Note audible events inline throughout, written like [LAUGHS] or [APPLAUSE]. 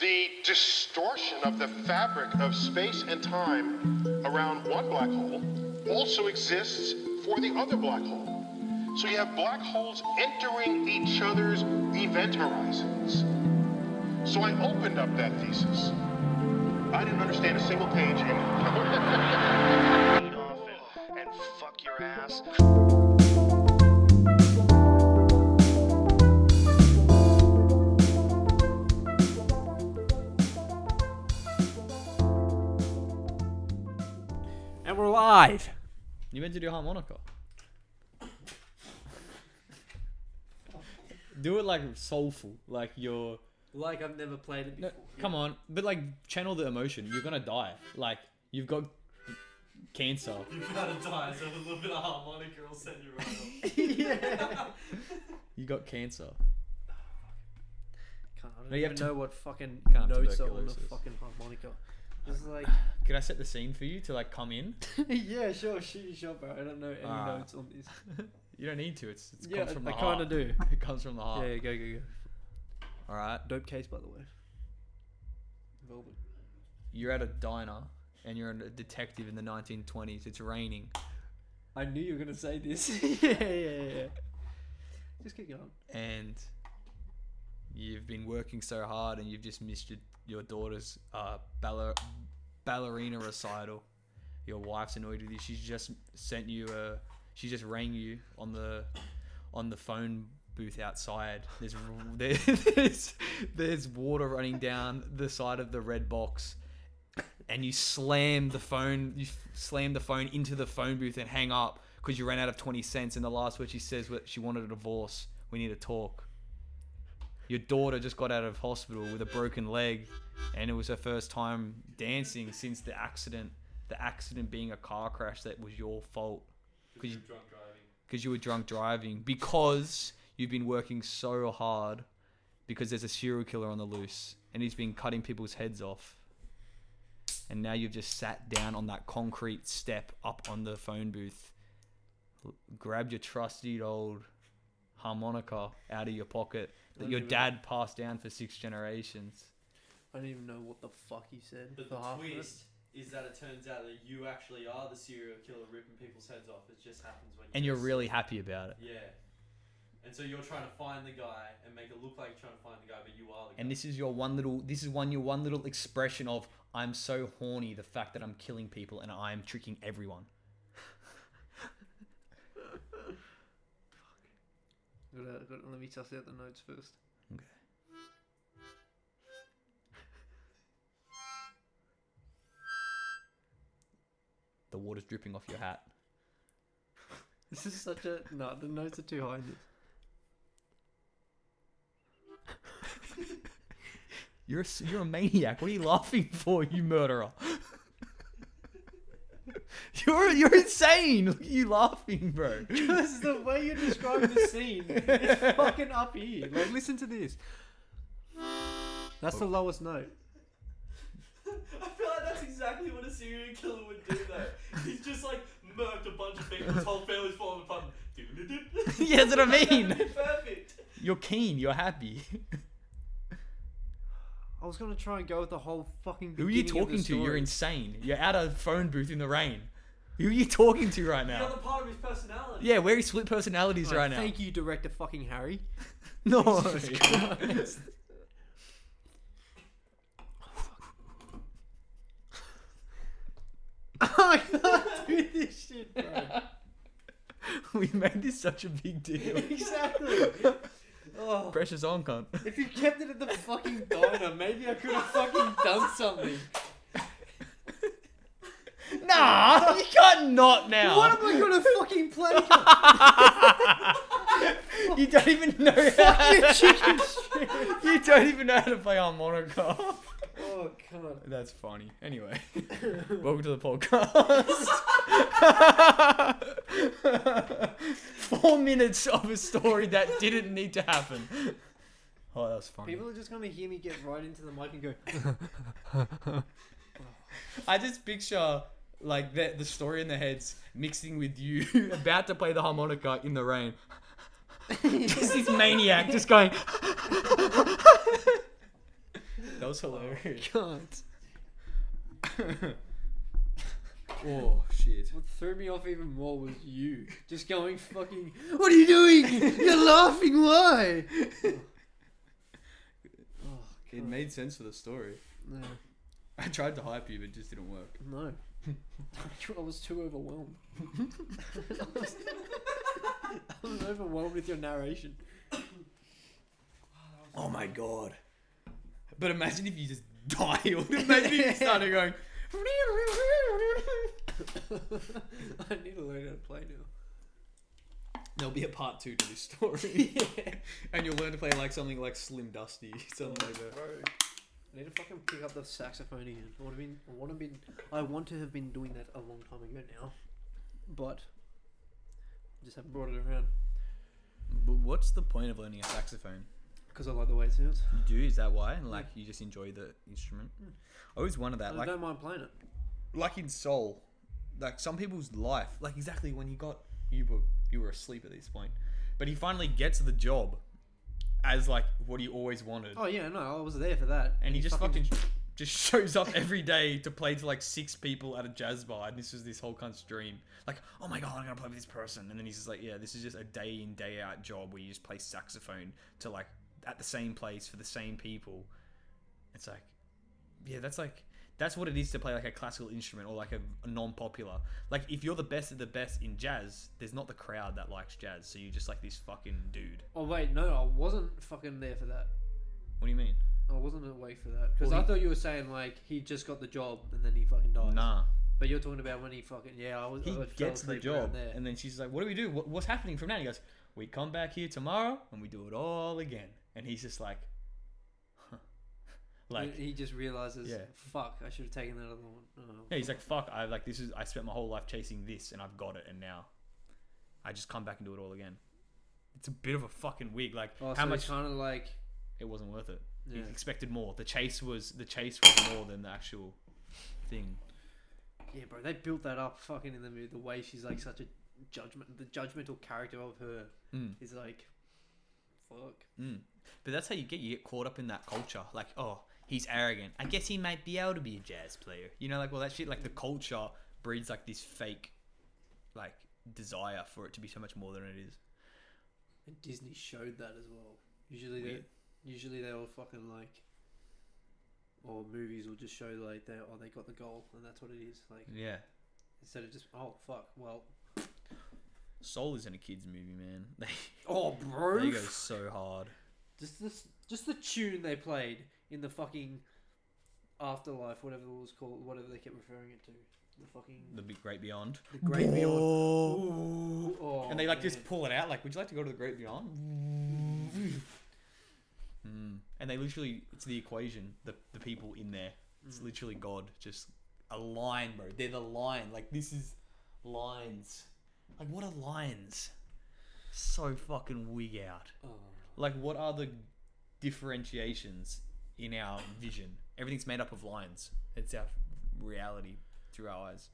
the distortion of the fabric of space and time around one black hole also exists for the other black hole. So you have black holes entering each other's event horizons. So I opened up that thesis. I didn't understand a single page in it. [LAUGHS] Beat off and, and fuck your ass. And we're live. You meant to do harmonica. do it like soulful, like you're. Like I've never played it No, before. come on, but like channel the emotion. You're gonna die. Like you've got cancer. [LAUGHS] You've got to die, so a little bit of harmonica will send you right [LAUGHS] You got cancer. Can't, I don't No, you even have to- know what fucking Can't have notes are on the tuberculosis. fucking harmonica. [LAUGHS] It's like, Could I set the scene for you to like come in? yeah, sure, shoot your shot, bro. I don't know any Ah. notes on [LAUGHS] this. You don't need to. It's it Yeah, comes from I the kinda heart. do. [LAUGHS] It comes from the heart. Yeah, go, go, go. All right. Dope case, by the way. Velvet. You're at a diner and you're a detective in the 1920s. It's raining. I knew you were gonna say [LAUGHS] this. [LAUGHS] yeah, yeah, yeah. Just keep going. and you've been working so hard and you've just missed your, your daughter's uh, baller, ballerina recital. Your wife's annoyed with you. She's just sent you a. She just rang you on the on the phone booth outside. There's [LAUGHS] there's there's water running down the side of the red box, and you slam the phone. You slam the phone into the phone booth and hang up because you ran out of twenty cents. And the last word she says was she wanted a divorce. We need to talk. Your daughter just got out of hospital with a broken leg, and it was her first time dancing since the accident. The accident being a car crash that was your fault because you Drunk driving. because you were drunk driving because you've been working so hard because there's a serial killer on the loose and he's been cutting people's heads off and now you've just sat down on that concrete step up on the phone booth l- grabbed your trusty old harmonica out of your pocket that Don't your give it dad passed down for six generations I don't even know what the fuck you said. But for half of the it. twist is that it turns out that you actually are the serial killer ripping people's heads off. It just happens when you and you're just- really happy about it Yeah. And so you're trying to find the guy and make it look like you're trying to find the guy, but you are the and guy. this is your one little this is one your one little expression of i'm so horny the fact that i'm killing people and i'm tricking everyone Gotta- gotta- let me suss out the notes first. [LAUGHS] Okay. The water's dripping off your hat. This is such a no. The notes are too high. In this. You're a, s- you're a maniac. What are you laughing for, you murderer? you're you're insane. Look at you laughing, [LAUGHS] bro. Because the way you describe the [LAUGHS] scene is fucking up here. Like, listen to this. That's the lowest note. [LAUGHS] I feel like that's exactly what a serial killer would do, [LAUGHS] though. He's just like murked a bunch of people, his whole family's [LAUGHS] falling apart. Doo-doo-doo. yeah, that's what I That'd mean. be [LAUGHS] perfect. You're keen. You're happy. I was gonna try and go with the whole fucking. Who are you beginning of the talking to? You're story. insane. You're at a phone booth in the rain. Who are you talking to right The now? other part of his personality. Yeah, where are your split personalities Like, right now? Thank you, director fucking [LAUGHS] Harry. [LAUGHS] No. [LAUGHS] I can't do this shit, bro. we made this such a big [LAUGHS] deal. exactly. Oh, Pressure's on, [LAUGHS] cunt. if you kept it at [LAUGHS] the fucking diner, maybe I could have fucking done [LAUGHS] something. Nah, you can't not now. What am I gonna fucking [LAUGHS] play? you don't even know. How Fucking to, chicken shit. you don't even know how to play harmonica. Oh god. That's funny. Anyway, welcome to the podcast. Four minutes of a story that didn't need to happen. Oh, that was funny. People are just gonna hear me get right into the mic and go, I just picture like the the story in their heads mixing with you [LAUGHS] about to play the harmonica in the [LAUGHS] rain. just this maniac just going That was hilarious. Can't. oh shit. What threw me off even more was you just going fucking. [LAUGHS] oh, What are you doing? You're laughing. Why? Oh, It made sense for the story. no, I tried to hype you, but it just didn't work. [LAUGHS] no. I was too overwhelmed. I, was, I was overwhelmed with [LAUGHS] your narration. Oh my god. But imagine if you just [LAUGHS] dialed. Imagine if you started going. I need to learn how to play now. There'll be a part two to this [LAUGHS] story. and you'll learn to play like something like Slim Dusty, [LAUGHS] something like that. I need to fucking pick up the saxophone again. I would have been, I would have been, I want to have been doing that a long time ago now, but just haven't brought it around But what's the point of learning a saxophone? because I like the way it sounds. You do, is that why? Like you just enjoy the instrument? Hmm. I always wonder that. And Like I don't mind playing it. like in Soul, like some people's life, like exactly when he got you were you were asleep at this point, but he finally gets the job as like what he always wanted, Oh yeah, no, I was there for that. and he just fucking [LAUGHS] just shows up every day to play to like six people at a jazz bar, and this was this whole cunt's dream. Like, oh my god, I'm gonna play with this person, and then he's just like, yeah, this is just a day in day out job where you just play saxophone to like at the same place for the same people. It's like, yeah, that's like that's what it is to play like a classical instrument or like a, a non-popular. Like if you're the best of the best in jazz, there's not the crowd that likes jazz, so you're just like this fucking dude. Oh wait, no, I wasn't fucking there for that. What do you mean? I wasn't awake for that because Well, I he- thought you were saying like he just got the job and then he fucking dies. Nah. But you're talking about when he fucking yeah, I was. he I was fell gets the asleep around job, there. and then she's like, "What do we do? What, what's happening from now?" And he goes, "We come back here tomorrow, and we do it all again." And he's just like, huh. [LAUGHS] like, he, he just realizes, Yeah. fuck, I should have taken that other one. Oh. yeah, he's like, "Fuck! I like this is I spent my whole life chasing this, and I've got it, and now I just come back and do it all again." It's a bit of a fucking wig. Like, Oh, how so much kind of like it wasn't worth it. Yeah. He expected more. The chase was the chase was more than the actual thing. yeah, bro. They built that up fucking in the movie. The way she's like such a judgment, the judgmental character of her Mm. is like, fuck. Mm. But that's how you get you get caught up in that culture. Like, oh, he's arrogant. I guess he might be able to be a jazz player. You know, like well that shit. Like the culture breeds like this fake, like desire for it to be so much more than it is. And Disney showed that as well. Usually, they, Weird. usually they all fucking like, or movies will just show like they oh they got the goal and that's what it is. Like Yeah. instead of just oh fuck, well Soul isn't a kids movie, man. [LAUGHS] They, oh bro, they go so hard. just this just the tune they played in the fucking afterlife, whatever it was called, whatever they kept referring it to, the fucking The big Great Beyond. the great beyond. Oh. Ooh, oh, And they like man. just pull it out. Like, would you like to go to the Great Beyond? Mm. And they literally, it's the equation, the, the people in there. It's literally God, just a line, bro. They're the line. Like, this is lines. Like, what are lines? So fucking wig out. Oh. Like, what are the differentiations in our vision? Everything's made up of lines. It's our reality through our eyes.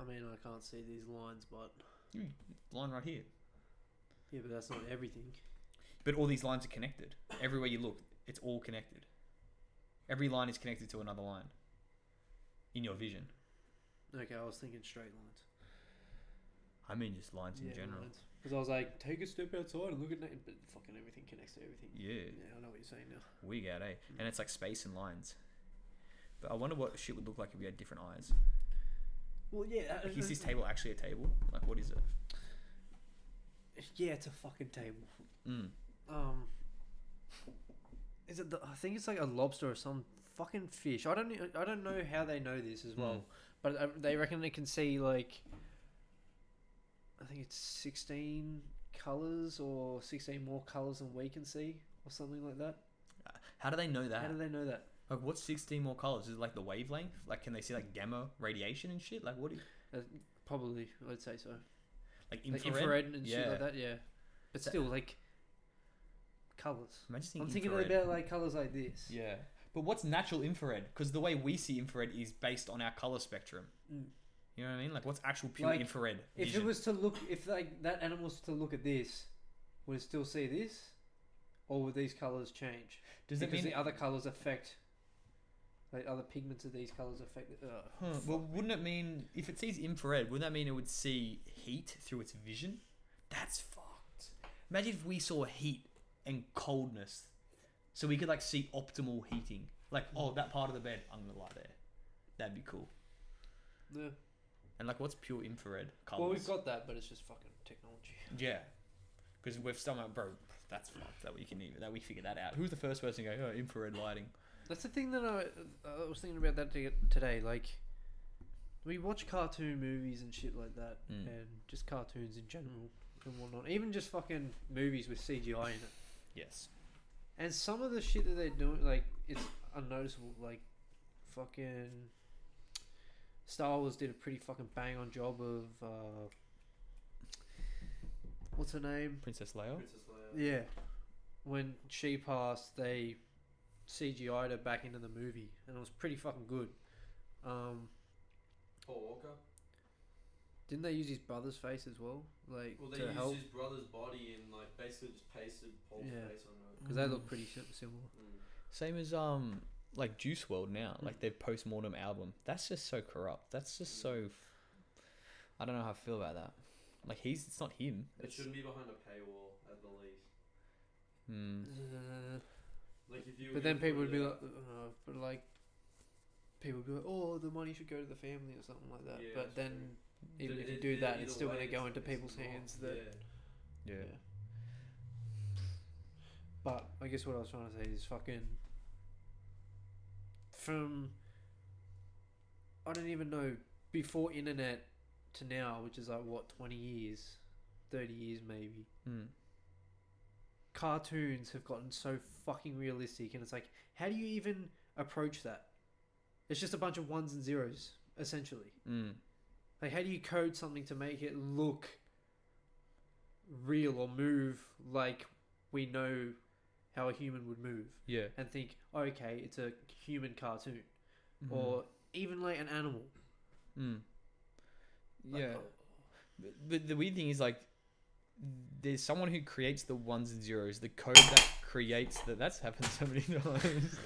I mean, I can't see these lines, but You line right here. yeah, but that's not everything. But all these lines are connected. Everywhere you look, it's all connected. Every line is connected to another line in your vision. Okay, I was thinking straight lines. I mean, just lines in general. Because I was like, take a step outside and look at it, but fucking everything connects to everything. Yeah, Yeah, I know what you're saying now. we got eh? And it's like space and lines. But I wonder what shit would look like if we had different eyes. Well, yeah. Like, is this table actually a table? Like, what is it? Yeah, it's a fucking table. Mm. Um, is it? The, I think it's like a lobster or some fucking fish. I don't. e, I don't know how they know this as well, Mm. but uh, they reckon they can see like. I think it's sixteen colors or sixteen more colors than we can see, or something like that. How do they know How that? do they know that? Like, what's 16 more colors? Is it like the wavelength? Like, can they see like gamma radiation and shit? Like, what? Do you, Uh, probably, I'd say so. like Like infrared? infrared and yeah. shit like that. Yeah, but That- still, like colors. Imagine seeing I'm thinking infrared. about like colors like this. Yeah. But what's natural infrared? Because the way we see infrared is based on our color spectrum. Mm. You know what I mean? Like, what's actual pure Like, infrared If vision? it was to look, if like that animal was to look at this, would it still see this, or would these colors change? Does that because mean the other colors affect Like other pigments of these colors affect uh, it. Ugh. Huh, Hmm, well, wouldn't it mean if it sees infrared? Wouldn't that mean it would see heat through its vision? That's fucked. Imagine if we saw heat and coldness, so we could like see optimal heating. Like, oh, that part of the bed, I'm gonna lie there. That'd be cool. Yeah. And like, what's pure infrared colors? Well, we've got that, but it's just fucking technology. yeah, because we've somehow, bro. That's fucked. That we can even that we figure that out. Who's the first person to go? Oh, infrared lighting. That's the thing that I, I was thinking about that t- today. Like, we watch cartoon movies and shit like that, Mm. and just cartoons in general and whatnot. Even just fucking movies with CGI in it. Yes. And some of the shit that they're doing, like, it's unnoticeable. Like, fucking. Star Wars did a pretty fucking bang on job of. Uh, what's her name? Princess Leia. Princess Leia. Yeah. When she passed, they CGI'd her back into the movie, and it was pretty fucking good. Um, Paul Walker. didn't they use his brother's face as well? Like, Well, they to used help? his brother's body and like basically just pasted Paul's Yeah. face on it. Because they look pretty sim- similar. Mm. Same as um like Juice World now, like their post mortem album. That's just so corrupt. That's just so. I don't know how I feel about that. Like he's it's not him. It It's, should be behind a paywall at the least. hmm. Mm. Uh, Like if you. were But then gonna people would put it be like, out- uh, but like, people would be like, oh, the money should go to the family or something like that. Yeah, but that's then, even Did- if you did- do did- that, either it's still way, going to go it's- into it's people's not- hands. That, yeah. Yeah. yeah. But I guess what I was trying to say is fucking. From. I don't even know before internet to now, which is like what twenty years, thirty years maybe. Hmm. cartoons have gotten so fucking realistic and it's like how do you even approach that it's just a bunch of ones and zeros essentially Mm. like how do you code something to make it look real or move like we know how a human would move Yeah. and think oh, okay it's a human cartoon Mhm. or even like an animal Mm. Like, yeah. oh, But, but the weird thing is like there's someone who creates the ones and zeros, the code that creates that that's happened so many [LAUGHS] times.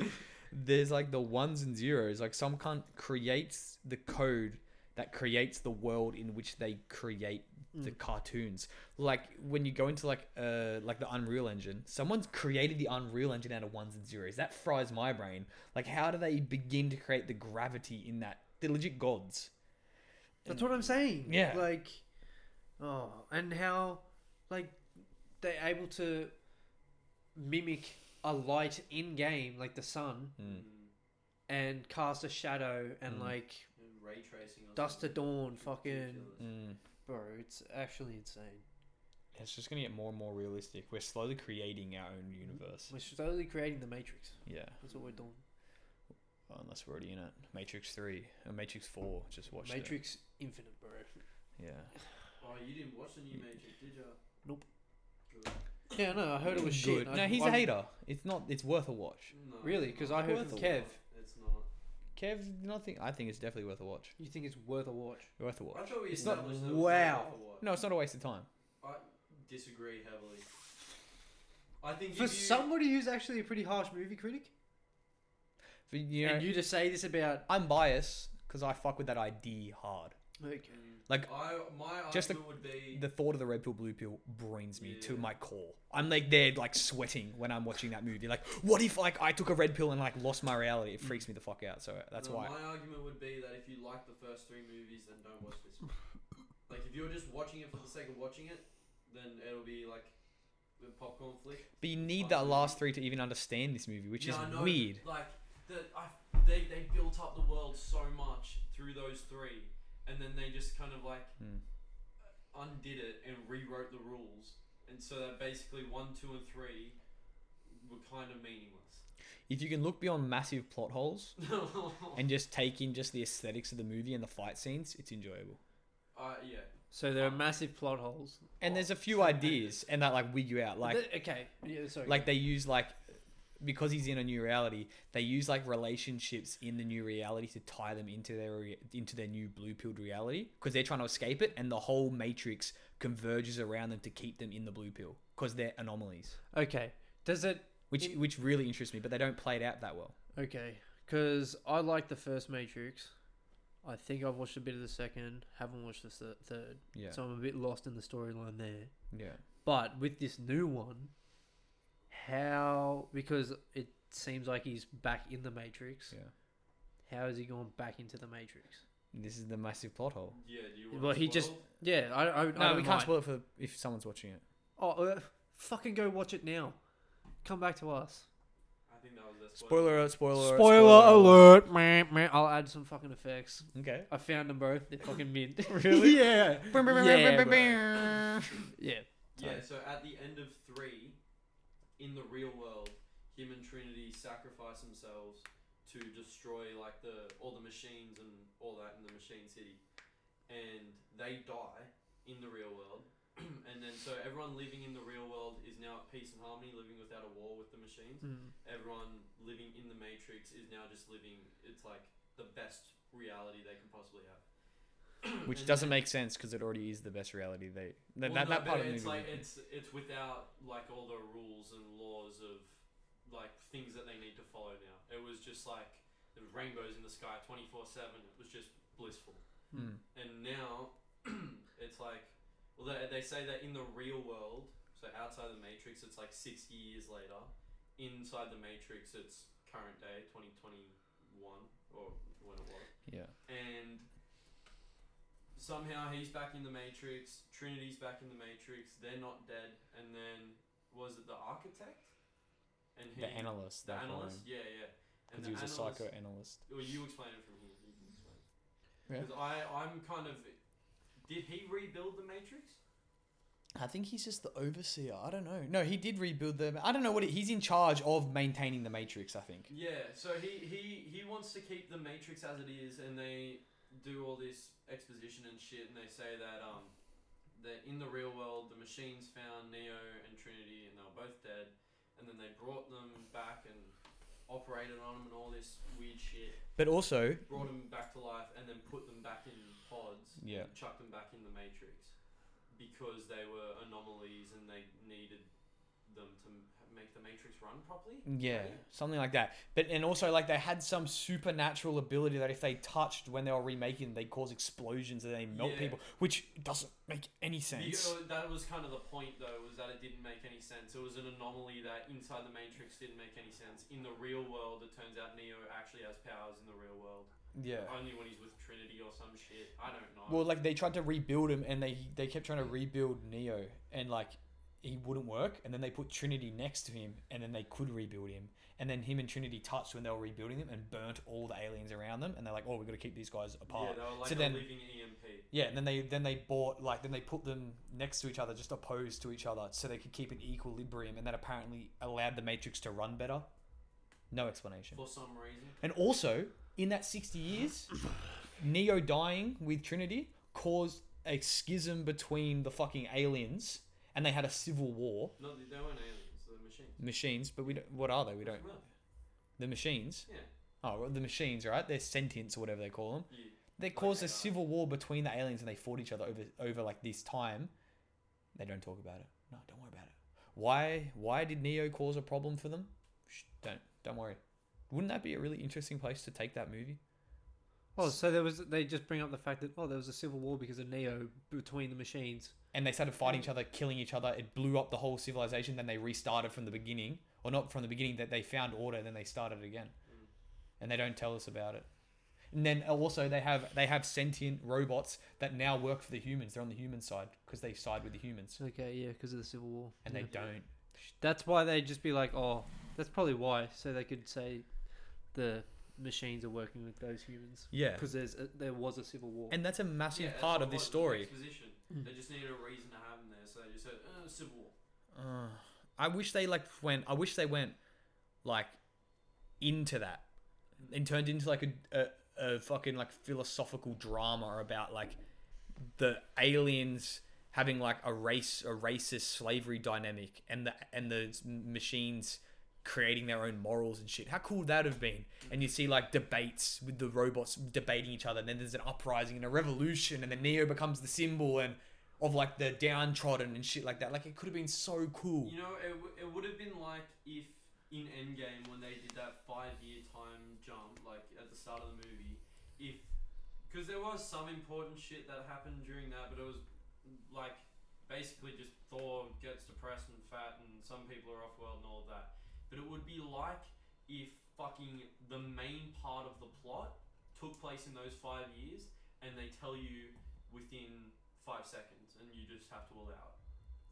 there's like the ones and zeros, like some cunt creates the code that creates the world in which they create the Hmm. cartoons. Like when you go into like uh like the Unreal Engine, someone's created the Unreal Engine out of ones and zeros. That fries my brain. Like how do they begin to create the gravity in that? They're legit gods. That's what I'm saying. Yeah. Like, oh, and how, like, they're able to mimic a light in game, like the sun, Mm. and cast a shadow and, Mm. like, And ray tracing. or dust to something. dawn, It's fucking. ridiculous. Mm. Bro, it's actually insane. It's just gonna get more and more realistic. We're slowly creating our own universe. We're slowly creating the Matrix. Yeah, That's what we're doing. well, unless we're already in it. Matrix Three or Matrix Four. Just watched it. Matrix Infinite, bro. Yeah, Oh, you didn't watch the new Matrix, did you? Nope. Good. Yeah, no, I heard it was shit. and No, I- he's a I'm- hater. It's not. It's worth a watch. No, Really? it's Because not. I heard Worth from a Kev. It's not. Kev, nothing. I think it's definitely worth a watch. You think it's worth a watch? Worth a I watch. thought we It's not- established that it was wow. not worth a watch. No, it's not a waste of time. I disagree heavily. I think For if you, somebody who's actually a pretty harsh movie critic, But you know, and you to say this about. I'm biased because I fuck with that idea hard. Okay. Like I my Just the- argument would be the thought of the red pill, blue pill brings me to Yeah. my core. I'm like there, like sweating when I'm watching that movie. Like, what if like I took a red pill and like lost my reality? Mm. It freaks me the fuck out. So that's no, why. My argument would be that if you like the first three movies, then don't watch this. one. like if you're just watching it for the sake of watching it, then it'll be like the popcorn flick. But you need Fuck that me. last three to even understand this movie, which Yeah, is I know, weird. Like the, I, they they built up the world so much through those three, and then they just kind of like uh, Hmm. undid it and rewrote the rules, and so that basically one, two, and three were kind of meaningless. [LAUGHS] If you can look beyond massive plot holes and just take in just the aesthetics of the movie and the fight scenes, it's enjoyable. uh, yeah. So there are massive plot holes. And there's a few ideas and that like wig you out. Like The- okay, yeah, sorry. like they use like because he's in a new reality, they use like relationships in the new reality to tie them into their re- into their new blue pilled reality because they're trying to escape it, and the whole matrix converges around them to keep them in the blue pill because they're anomalies, okay, does it? which which really interests me. But they don't play it out that well. Okay, Because I like the first Matrix. I think I've watched a bit of the second, haven't watched the thir- third. Yeah. So I'm a bit lost in the storyline there. yeah. But with this new one, how. Because it seems like he's back in the Matrix. Yeah. How is he going back into the Matrix? This is the massive plot hole. Yeah, do you want Well, to he just. spoil? Yeah, I, I, I Oh, No, don't we can't mind. spoil it for if someone's watching it. Oh, uh, fucking go watch it now. Come back to us. I think that was their spoiler. Spoiler alert! Spoiler alert! Spoiler, alert, man, man. I'll add some fucking effects. Okay. I found them both. They're fucking mint. [LAUGHS] Really? [LAUGHS] yeah. yeah, bro. yeah. Yeah, so at the end of three, in the real world, him and Trinity sacrifice themselves to destroy like the all the machines and all that in the machine city, and they die in the real world. [CLEARS THROAT] and then so everyone living in the real world is now at peace and harmony, living without a war with the machines. Mm. Everyone living in the Matrix is now just living. It's like the best reality they can possibly have. Which And doesn't then- make sense because it already is the best reality. They that, Well, that, no, that but part of the it's movie. like it's it's without like all the rules and laws of like things that they need to follow now. It was just like there was rainbows in the sky twenty four seven. It was just blissful. Mm. And now [CLEARS THROAT] it's like well they, they say that in the real world, so outside the Matrix, it's like sixty years later. Inside the Matrix, it's current day twenty twenty one or when it was Yeah. and somehow he's back in the Matrix. Trinity's back in the Matrix. They're not dead. And then was it the architect? And The analyst. The That analyst, yeah, yeah. And Because the he was a analyst- psychoanalyst. Well, you explain it from here. You can explain. Yeah. Because I, I'm kind of. Did he rebuild the Matrix? I think he's just the overseer. I don't know. No, he did rebuild the. I don't know what it, he's in charge of maintaining the Matrix. I think. Yeah. So he, he he wants to keep the Matrix as it is, and they do all this exposition and shit, and they say that um that in the real world the machines found Neo and Trinity, and they were both dead, and then they brought them back and operated on them and all this weird shit, But also, brought them back to life, and then put them back in pods, and Yeah. chucked them back in the Matrix because they were anomalies and they needed them to m- make the Matrix run properly. yeah, something like that. But and also, like they had some supernatural ability that if they touched when they were remaking, they cause explosions and they melt Yeah. people, which doesn't make any sense. You know, that was kind of the point, though, was that it didn't make any sense. It was an anomaly that inside the Matrix didn't make any sense. In the real world, it turns out Neo actually has powers in the real world. yeah. Only when he's with Trinity or some shit. I don't know. Well, like they tried to rebuild him, and they they kept trying to rebuild Neo, and like he wouldn't work. And then they put Trinity next to him, and then they could rebuild him. And then him and Trinity touched when they were rebuilding them, and burnt all the aliens around them. And they're like, "Oh, we got to keep these guys yeah, apart." they were like so a then, living E EMP. yeah, and then they then they bought like then they put them next to each other, just opposed to each other, so they could keep an equilibrium, and that apparently allowed the Matrix to run better. No explanation. For some reason. And also, in that 60 years, Neo dying with Trinity caused a schism between the fucking aliens and they had a civil war. No, they, they weren't aliens. They were machines. Machines, but we don't, what are they? We don't. Well, The machines. Yeah. Oh, well, the machines, right? They're sentients or whatever they call them. yeah. They caused a civil war between the aliens and they fought each other over, over like this time. They don't talk about it. No, don't worry about it. Why why did Neo cause a problem for them? Shh, don't don't worry. Wouldn't that be a really interesting place to take that movie? Oh, so there was. They just bring up the fact that oh, there was a civil war because of Neo between the machines. and they started fighting each other, killing each other. It blew up the whole civilization. Then they restarted from the beginning, or not from the beginning. That they found order, then they started again, and they don't tell us about it. And then also they have they have sentient robots that now work for the humans. They're on the human side because they side with the humans, Okay, yeah, because of the civil war. and yeah. they don't. That's why they just be like, oh, that's probably why. So they could say the machines are working with those humans. Yeah, Because there's a, there was a civil war. and that's a massive Yeah, that's part of what it this was, story. Hmm. Exposition. They just needed a reason to have them there, so they just said, uh, Civil War. Uh, I wish they like went. I wish they went like into that and turned into like a, a, a fucking like philosophical drama about like the aliens having like a race a racist slavery dynamic and the and the s- machines creating their own morals and shit. How cool would that have been? And you see like debates with the robots debating each other and then there's an uprising and a revolution and then Neo becomes the symbol and of like the downtrodden and shit like that. Like it could have been so cool. You know, it, w- it would have been like if in Endgame when they did that five year time jump start of the movie, if because there was some important shit that happened during that, but it was like basically just Thor gets depressed and fat, and some people are off world and all that. But it would be like if fucking the main part of the plot took place in those five years, and they tell you within five seconds, and you just have to allow it.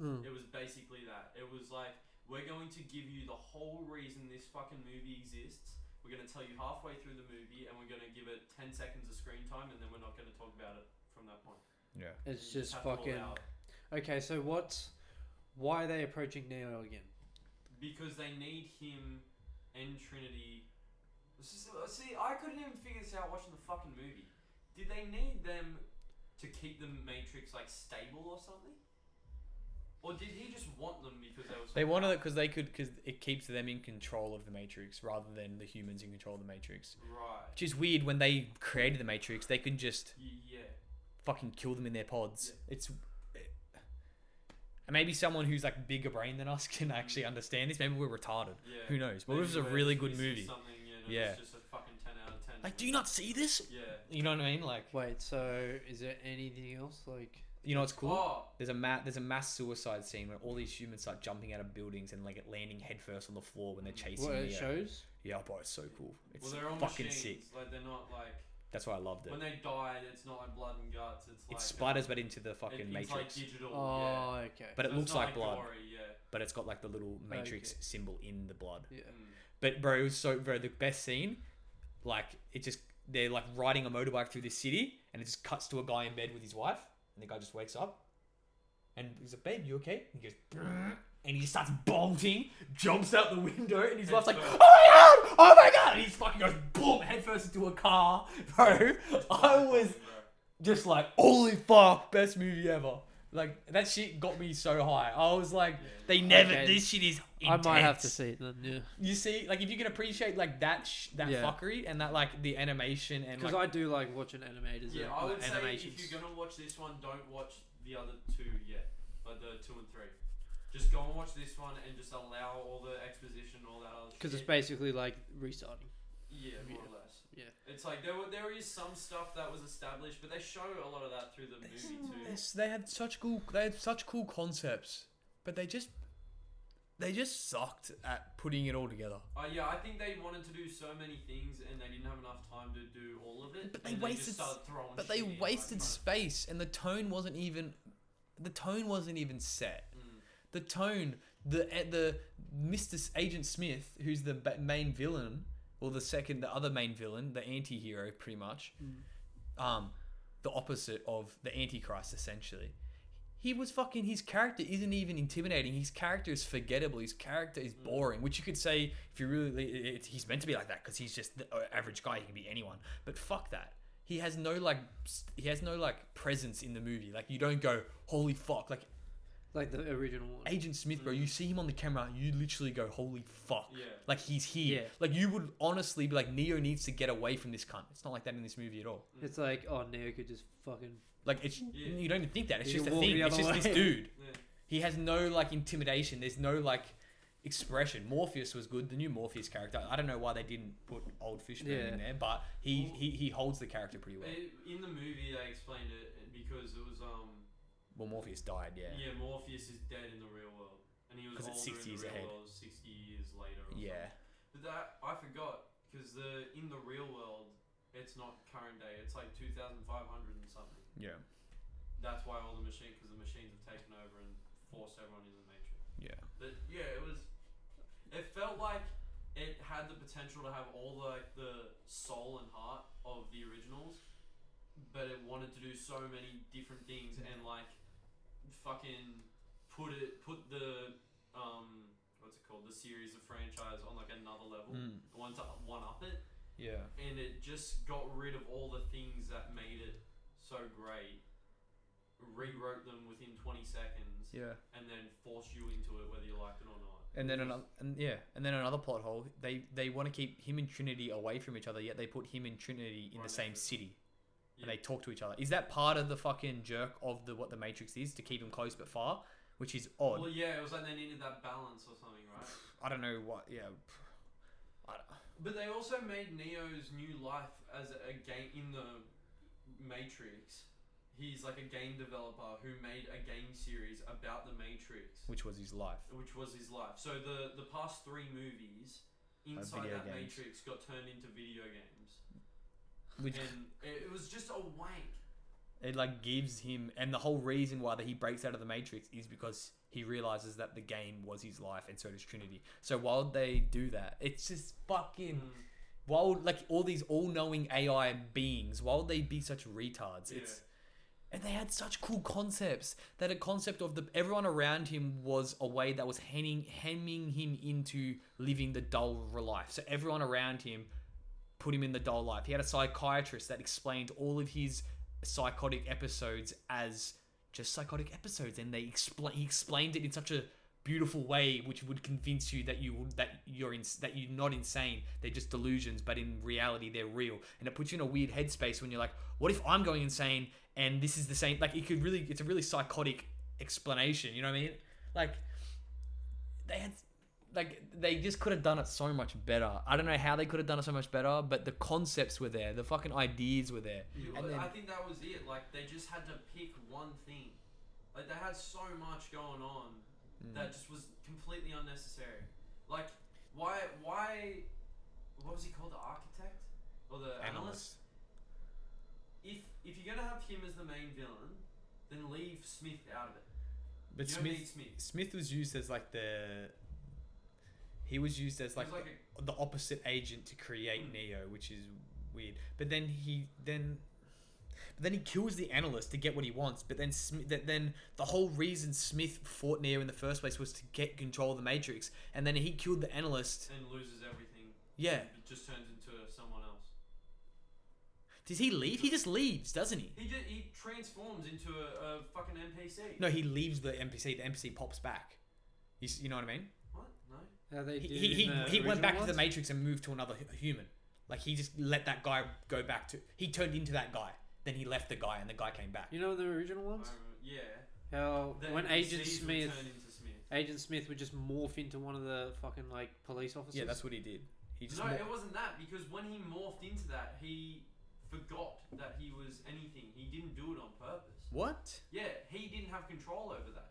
Mm. It was basically that. It was like, we're going to give you the whole reason this fucking movie exists. We're going to tell you halfway through the movie, and we're going to give it 10 seconds of screen time, and then we're not going to talk about it from that point. Yeah. It's You just have to fucking. allow it. Okay, so what's why are they approaching Neo again? Because they need him and Trinity. S- s- See, I couldn't even figure this out watching the fucking movie. Did they need them to keep the Matrix, like, stable or something? Or did he just want them because they were so They wanted it because they could, because it keeps them in control of the Matrix rather than the humans in control of the Matrix. Right. Which is weird. When they created the Matrix, they could just Y- Yeah. fucking kill them in their pods. It's and maybe someone who's like bigger brain than us [LAUGHS] can actually understand this. Maybe we're retarded. Yeah. Who knows? But it was a we're really just good missing movie. Something, you know, Yeah. It's just a fucking 10 out of 10. Like, do you not see this? Yeah. Oh, You know what I mean? Like, Wait, so is there anything else like? you know what's cool? Oh, There's a ma- there's a mass suicide scene where all these humans start jumping out of buildings and like landing headfirst on the uh, floor when they're chasing. What it Neo. shows? Yeah, bro, it's so cool. It's well, they're all fucking machines. sick. Like, they're not like. That's why I loved it. When they die, it's not like blood and guts. It's like. it's uh, spiders, but into the it- fucking it's Matrix. like digital. yeah. Oh, okay. but it So it's looks not Oh, like blood. Gory, yeah. But it's got like the little Matrix Okay. symbol in the blood. yeah. Mm. But bro, it was so bro the best scene. Like it just they're like riding a motorbike through the city, and it just cuts to a guy in bed with his wife, and the guy just wakes up, and he's like, "Babe, you okay?" And he goes, "Brrr," and he just starts bolting, jumps out the window, and his wife's like, "Oh Headfirst. my god, oh my god!" And he fucking goes boom headfirst into a car, [LAUGHS] bro. I Blood, was bro. just like, "Holy fuck, best movie ever!" Like that shit got me so high. I was like, "They never. Okay. This shit is." I might have intense." to see it then. Yeah. You see, like if you can appreciate like that sh- that Yeah. fuckery and that like the animation and Because like I do like watching animators. Yeah, and I like, would say animations. if you're gonna watch this one, don't watch the other two yet, like the two and three. Just go and watch this one and just allow all the exposition, all that other. Because it's shit. basically like restarting. Yeah, more or less. Yeah. It's like there were, there is some stuff that was established, but they show a lot of that through the movie too. Yes, they had such cool they had such cool concepts, but they just they just sucked at putting it all together. Uh, yeah, I think they wanted to do so many things and they didn't have enough time to do all of it. But they and wasted They just started throwing But they shit in, like, wasted kind of- space and the tone wasn't even the tone wasn't even set. Mm. The tone, the eh, the Mr. S- Agent Smith, who's the ba- main villain or the second the other main villain, the anti-hero pretty much. Mm. Um the opposite of the antichrist essentially. He was fucking his character isn't even intimidating. His character is forgettable. His character is boring, which you could say if you really it, it- he's meant to be like that because he's just the uh, average guy. He can be anyone, but fuck that. He has no like s- he has no like presence in the movie. Like you don't go holy fuck. Like Like the original one. Agent Smith, bro, you see him on the camera, you literally go holy fuck. Yeah. Like he's here. Yeah. Like you would honestly be like Neo needs to get away from this cunt. It's not like that in this movie at all. It's like oh Neo could just fucking Like it's you don't even think that. It's You just a walk thing. the It's other just this way. dude. Yeah. He has no like intimidation. There's no like expression. Morpheus was good. The new Morpheus character. I don't know why they didn't put old Fishburne Yeah. in there, but he, Well- he he holds the character pretty well. They- in the movie, they explained it because it was um Well, Morpheus died. Yeah. yeah Morpheus is dead in the real world and he was 'Cause older it's 60 in the years real ahead. world sixty years later. Or Yeah. something. but that I forgot because the in the real world it's not current day. It's like two thousand five hundred and something. Yeah. That's why all the machine because the machines have taken over and forced everyone into the matrix. Yeah. But yeah, it was. It felt like it had the potential to have all like the soul and heart of the originals, but it wanted to do so many different things and like fucking put it put the um what's it called the series of franchise on like another level. Mm. It wanted to one up it, Yeah. and it just got rid of all the things that made it so great. Rewrote them within 20 seconds Yeah. and then force you into it whether you like it or not. And then another, and yeah, and then another plot hole. They they want to keep him and Trinity away from each other, yet they put him and Trinity in Right the next same to- city, and Yeah. they talk to each other. Is that part of the fucking jerk of the what the Matrix is to keep them close but far, which is odd. Well, yeah, it was like they needed that balance or something, right? I don't know what. Yeah, I don't- But they also made Neo's new life as a a game in the Matrix. He's like a game developer who made a game series about the Matrix, which was his life. which was his life. So the the past three movies inside video that games. Matrix got turned into video games, Which and it, it was just a wank. it like gives him, and the whole reason why that he breaks out of the Matrix is because he realizes that the game was his life, and so does Trinity. So why would they do that? It's just fucking. Why would like all these all-knowing AI beings? Why would they be such retards? It's and they had such cool concepts that a concept of the everyone around him was a way that was hemming, hemming him into living the dull life so everyone around him put him in the dull life he had a psychiatrist that explained all of his psychotic episodes as just psychotic episodes and they explain he explained it in such a beautiful way which would convince you that you would that you're in that you're not insane they're just delusions but in reality they're real and it puts you in a weird headspace when you're like what if i'm going insane and this is the same like it could really it's a really psychotic explanation you know what i mean like they had like they just could have done it so much better i don't know how they could have done it so much better but the concepts were there the fucking ideas were there Yeah, and well, then I think that was it. Like they just had to pick one thing. Like they had so much going on Mm. that just was completely unnecessary. Like why why what was he called the architect or the analyst? If if you're gonna have him as the main villain, then leave Smith out of it. but you don't smith need Smith. He smith was used as like the he was used as like, was like the- a Hmm. the opposite agent to create Neo, which is weird. But then he then but then he kills the analyst to get what he wants. But then Smith, that then the whole reason Smith fought Neo in the first place was to get control of the Matrix, and then he killed the analyst. and loses everything. Yeah, It just turns into someone else. does he leave? He just leaves, doesn't he? He just, he transforms into a, a fucking NPC. No, he leaves the NPC. The NPC pops back. You, s- you know what I mean? What? No. How they He, did he, it in he, the he went original back to the ones? Matrix and moved to another hu- human. Like he just let that guy go back to. He turned into that guy. Then he left the guy, and the guy came back. You know the original I ones? remember- yeah. How The when Agent NPCs would Smith, turn into Smith. Agent Smith would just morph into one of the fucking like police officers. Yeah, that's what he did. He just No, mor- it wasn't that because when he morphed into that, he forgot that he was anything. He didn't do it on purpose. what? Yeah, he didn't have control over that.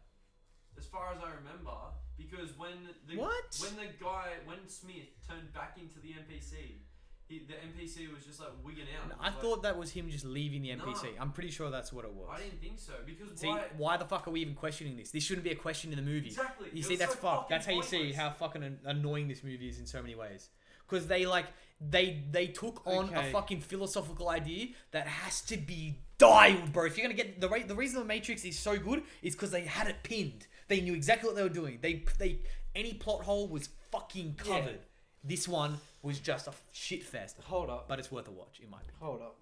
As far as I remember, because when the What? when the guy when Smith turned back into the NPC, he, the NPC was just like wigging out. It I was like- thought that was him just leaving the NPC. No. I'm pretty sure that's what it was. I didn't think so because See, why? why, the fuck are we even questioning this? This shouldn't be a question in the movie. Exactly. You It see, was that's so fucked. That's how fucking you see pointless. how fucking an- annoying this movie is in so many ways. Because they like they they took on a Okay. fucking philosophical idea that has to be dialed, bro. If you're gonna get the re- the reason the Matrix is so good is because they had it pinned. They knew exactly what they were doing. They they any plot hole was fucking covered. This one was just a shit fest. Hold up. but it's worth a watch in my opinion. Hold up.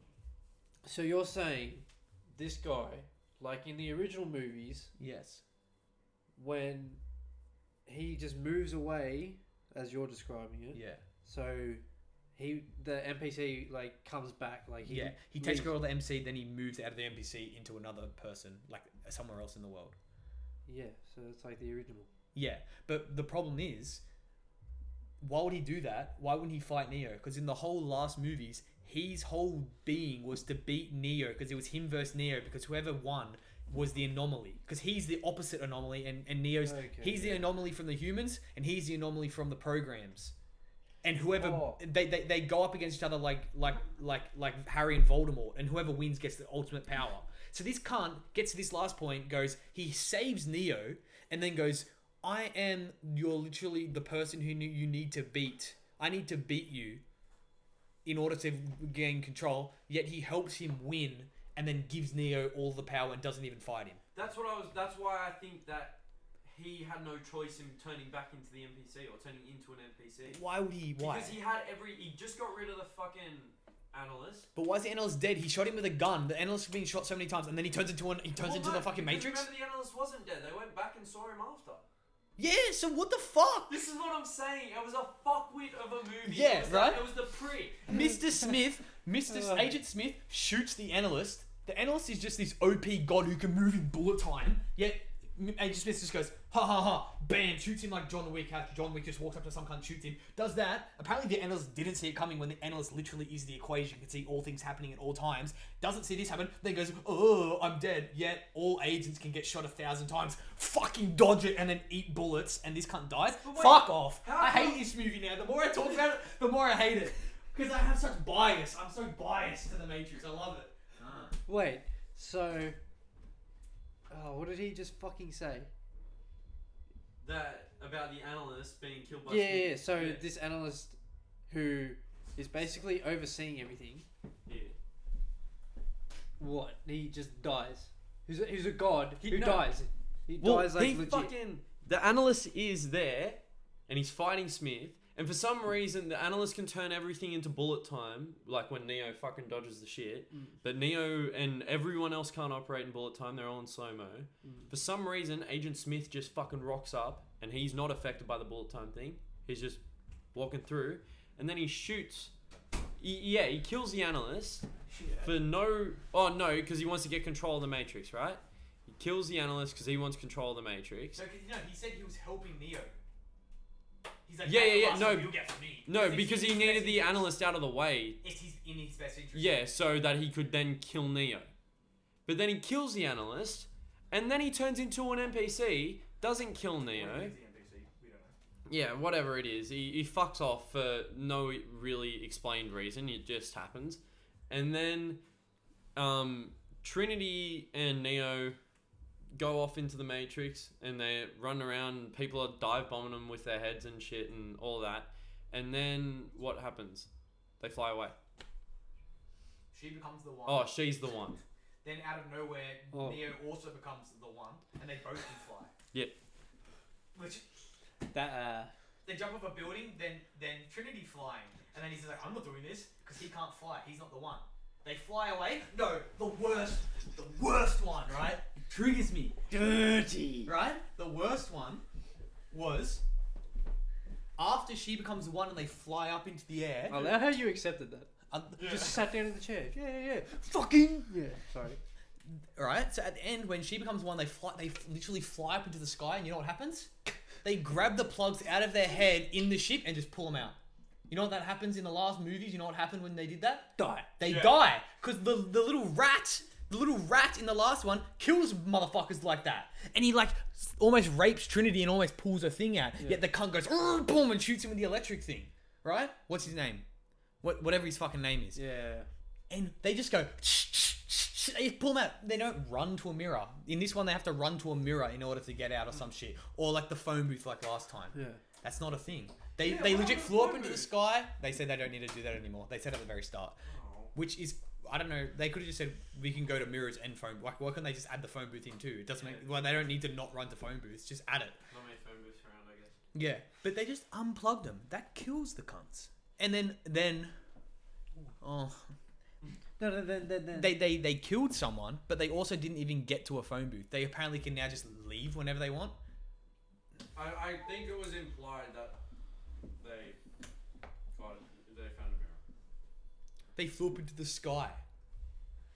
So you're saying this guy, like in the original movies, Yes. when he just moves away, as you're describing it, Yeah. so he the NPC like comes back, like he yeah. He takes leaves. control of the MC, then he moves out of the NPC into another person, like somewhere else in the world. Yeah, so it's like the original. Yeah. But the problem is, why would he do that? Why wouldn't he fight Neo? Because in the whole last movies, his whole being was to beat Neo because it was him versus Neo because whoever won was the anomaly because he's the opposite anomaly and, and Neo's Okay, he's the yeah. anomaly from the humans and he's the anomaly from the programs and whoever Oh. they, they they go up against each other like like like like Harry and Voldemort, and whoever wins gets the ultimate power. So this cunt gets to this last point, goes he saves Neo, and then goes, "I am you're literally the person who knew you need to beat. I need to beat you in order to gain control." Yet he helps him win, and then gives Neo all the power and doesn't even fight him. That's what I was. That's why I think that he had no choice in turning back into the NPC or turning into an NPC. Why would he? Why? Because he had every. He just got rid of the fucking analyst. but why is the analyst dead? He shot him with a gun. The analyst has been shot so many times, and then he turns into an he turns Well, into no, the fucking because Matrix. Remember, the analyst wasn't dead. They went back and saw him after. Yeah, so what the fuck? This is what I'm saying. It was a fuckwit of a movie. Yeah, it was right? The, it was the prick. [LAUGHS] Mr. Smith, Mr. S- Agent Smith shoots the analyst. The analyst is just this OP god who can move in bullet time. Yet M- Agent Smith just goes, ha ha ha, bam, shoots him like John Wick. How John Wick just walks up to some cunt, and shoots him. Does that? Apparently, the analyst didn't see it coming when the analyst literally is the equation, can see all things happening at all times. Doesn't see this happen, then goes, oh, I'm dead. Yet all agents can get shot a thousand times. Fucking dodge it and then eat bullets, and this cunt dies. wait, Fuck off. how I come- hate this movie now. The more I talk about it, the more I hate it. Because I have such bias. I'm so biased to The Matrix. I love it. Wait, so. Oh, what did he just fucking say? That about the analyst being killed by. Yeah, Smith. yeah, yeah. So yeah. this analyst who is basically overseeing everything, Yeah. what? He just dies. Who's a, who's a god He- who no. dies? He Well, dies like he legit. fucking the analyst is there, and he's fighting Smith. And for some reason, the analyst can turn everything into bullet time, like when Neo fucking dodges the shit. But Neo and everyone else can't operate in bullet time; they're all in slow mo. Mm. For some reason, Agent Smith just fucking rocks up, and he's not affected by the bullet time thing. He's just walking through, and then he shoots. He, yeah, he kills the analyst for no. Oh no, because he wants to get control of the Matrix, right? He kills the analyst because he wants control of the Matrix. So, 'cause, you know, he said he was helping Neo. He's like, Yeah, "That's yeah, the yeah, last no, one b- you'll get from me." No, it's because in he his needed best the interest. analyst out of the way. It's his, in his best interest. Yeah, so that he could then kill Neo. But then he kills the analyst, and then he turns into an NPC, doesn't kill Neo. Yeah, whatever it is, he, he fucks off for no really explained reason. It just happens. And then um, Trinity and Neo go off into the Matrix and they run around. And people are dive bombing them with their heads and shit and all that. And then what happens? They fly away. She becomes the one. Oh, she's the one. Then out of nowhere, Oh. Neo also becomes the one, and they both can [LAUGHS] fly. Yeah. Which That uh, they jump off a building, then then Trinity flying, and then he's like, "I'm not doing this because he can't fly. He's not the one." They fly away. No, the worst, the worst one, right? It triggers me. dirty. Right? The worst one was after she becomes the one and they fly up into the air. I love how you accepted that. uh, Just sat down in the chair. Yeah, yeah, yeah. Fucking yeah. Sorry. Right? So at the end, when she becomes one, they fly. They f- literally fly up into the sky, and you know what happens? They grab the plugs out of their head in the ship and just pull them out. You know what that happens in the last movies? You know what happened when they did that? Die. They die because the the little rat, the little rat in the last one, kills motherfuckers like that, and he like s- almost rapes Trinity and almost pulls her thing out. Yet the cunt goes "Urgh," boom and shoots him with the electric thing. Right? What's his name? What whatever his fucking name is. Yeah. And they just go. They just pull them out. They don't run to a mirror. In this one, they have to run to a mirror in order to get out or some shit, or like the phone booth like last time. Yeah. That's not a thing. They, they legit flew up into the sky. They said they don't need to do that anymore. They said at the very start, which is I don't know. They could have just said we can go to mirrors and phone. Like why can't they just add the phone booth in too? It doesn't make. Well, they don't need to not run to phone booths. Just add it. Not many phone booths around, I guess. Yeah, but they just unplugged them. That kills the cunts. And then then, oh, No, no, then, then, then. they they they killed someone, but they also didn't even get to a phone booth. They apparently can now just leave whenever they want. I, I think it was implied that they got it. They found a mirror. They flew up into the sky.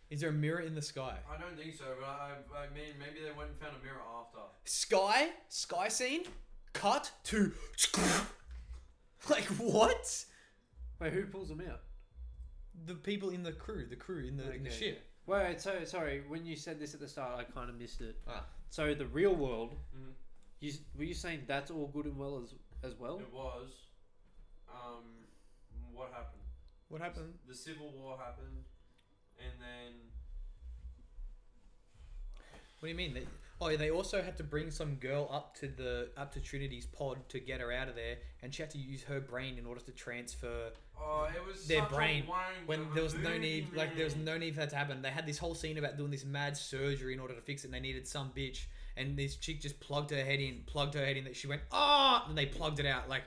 Is there a mirror in the sky? I don't think so, but I, I mean, maybe they went and found a mirror after. sky sky scene cut to [LAUGHS] like what Wait, who pulls them out? the people in the crew the crew in the, in the Okay. ship Wait, wait, so sorry. When you said this at the start, I kind of missed it. Ah. So the real world. Mhm. You s were you saying that's all good and well as as well? It was. Um, what happened? what happened The Civil War happened, and then what do you mean they, oh yeah, they also had to bring some girl up to the up to trinity's pod to get her out of there and she had to use her brain in order to transfer oh, it was their such a brain wank when of a there was no movie, need like there was man. no need for that to happen they had this whole scene about doing this mad surgery in order to fix it and they needed some bitch and this chick just plugged her head in plugged her head in that she went ah and they plugged it out like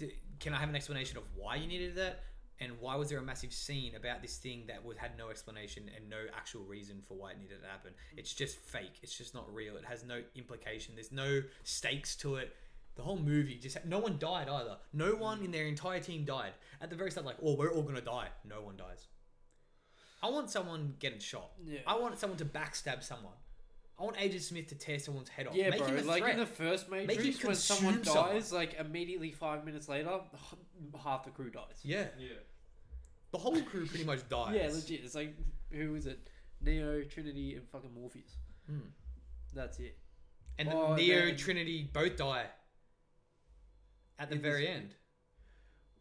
th- can i have an explanation of why you needed that and why was there a massive scene about this thing that was, had no explanation and no actual reason for why it needed to happen it's just fake it's just not real it has no implication there's no stakes to it the whole movie just no one died either. No Mm. one in their entire team died. At the very start, like, oh, we're all gonna die. No one dies. I want someone getting shot. Yeah. I want someone to backstab someone. I want Agent Smith to tear someone's head off. Yeah, Make bro. him a Like in threat. the first him Matrix, when someone consume someone. dies, like immediately five minutes later, [LAUGHS] h- half the crew dies. yeah, Yeah. the whole crew pretty much dies. Yeah, legit. It's like who is it? Neo, Trinity, and fucking Morpheus. Hmm. That's it. And Oh, Neo, man. Trinity both die at the In this very movie. end.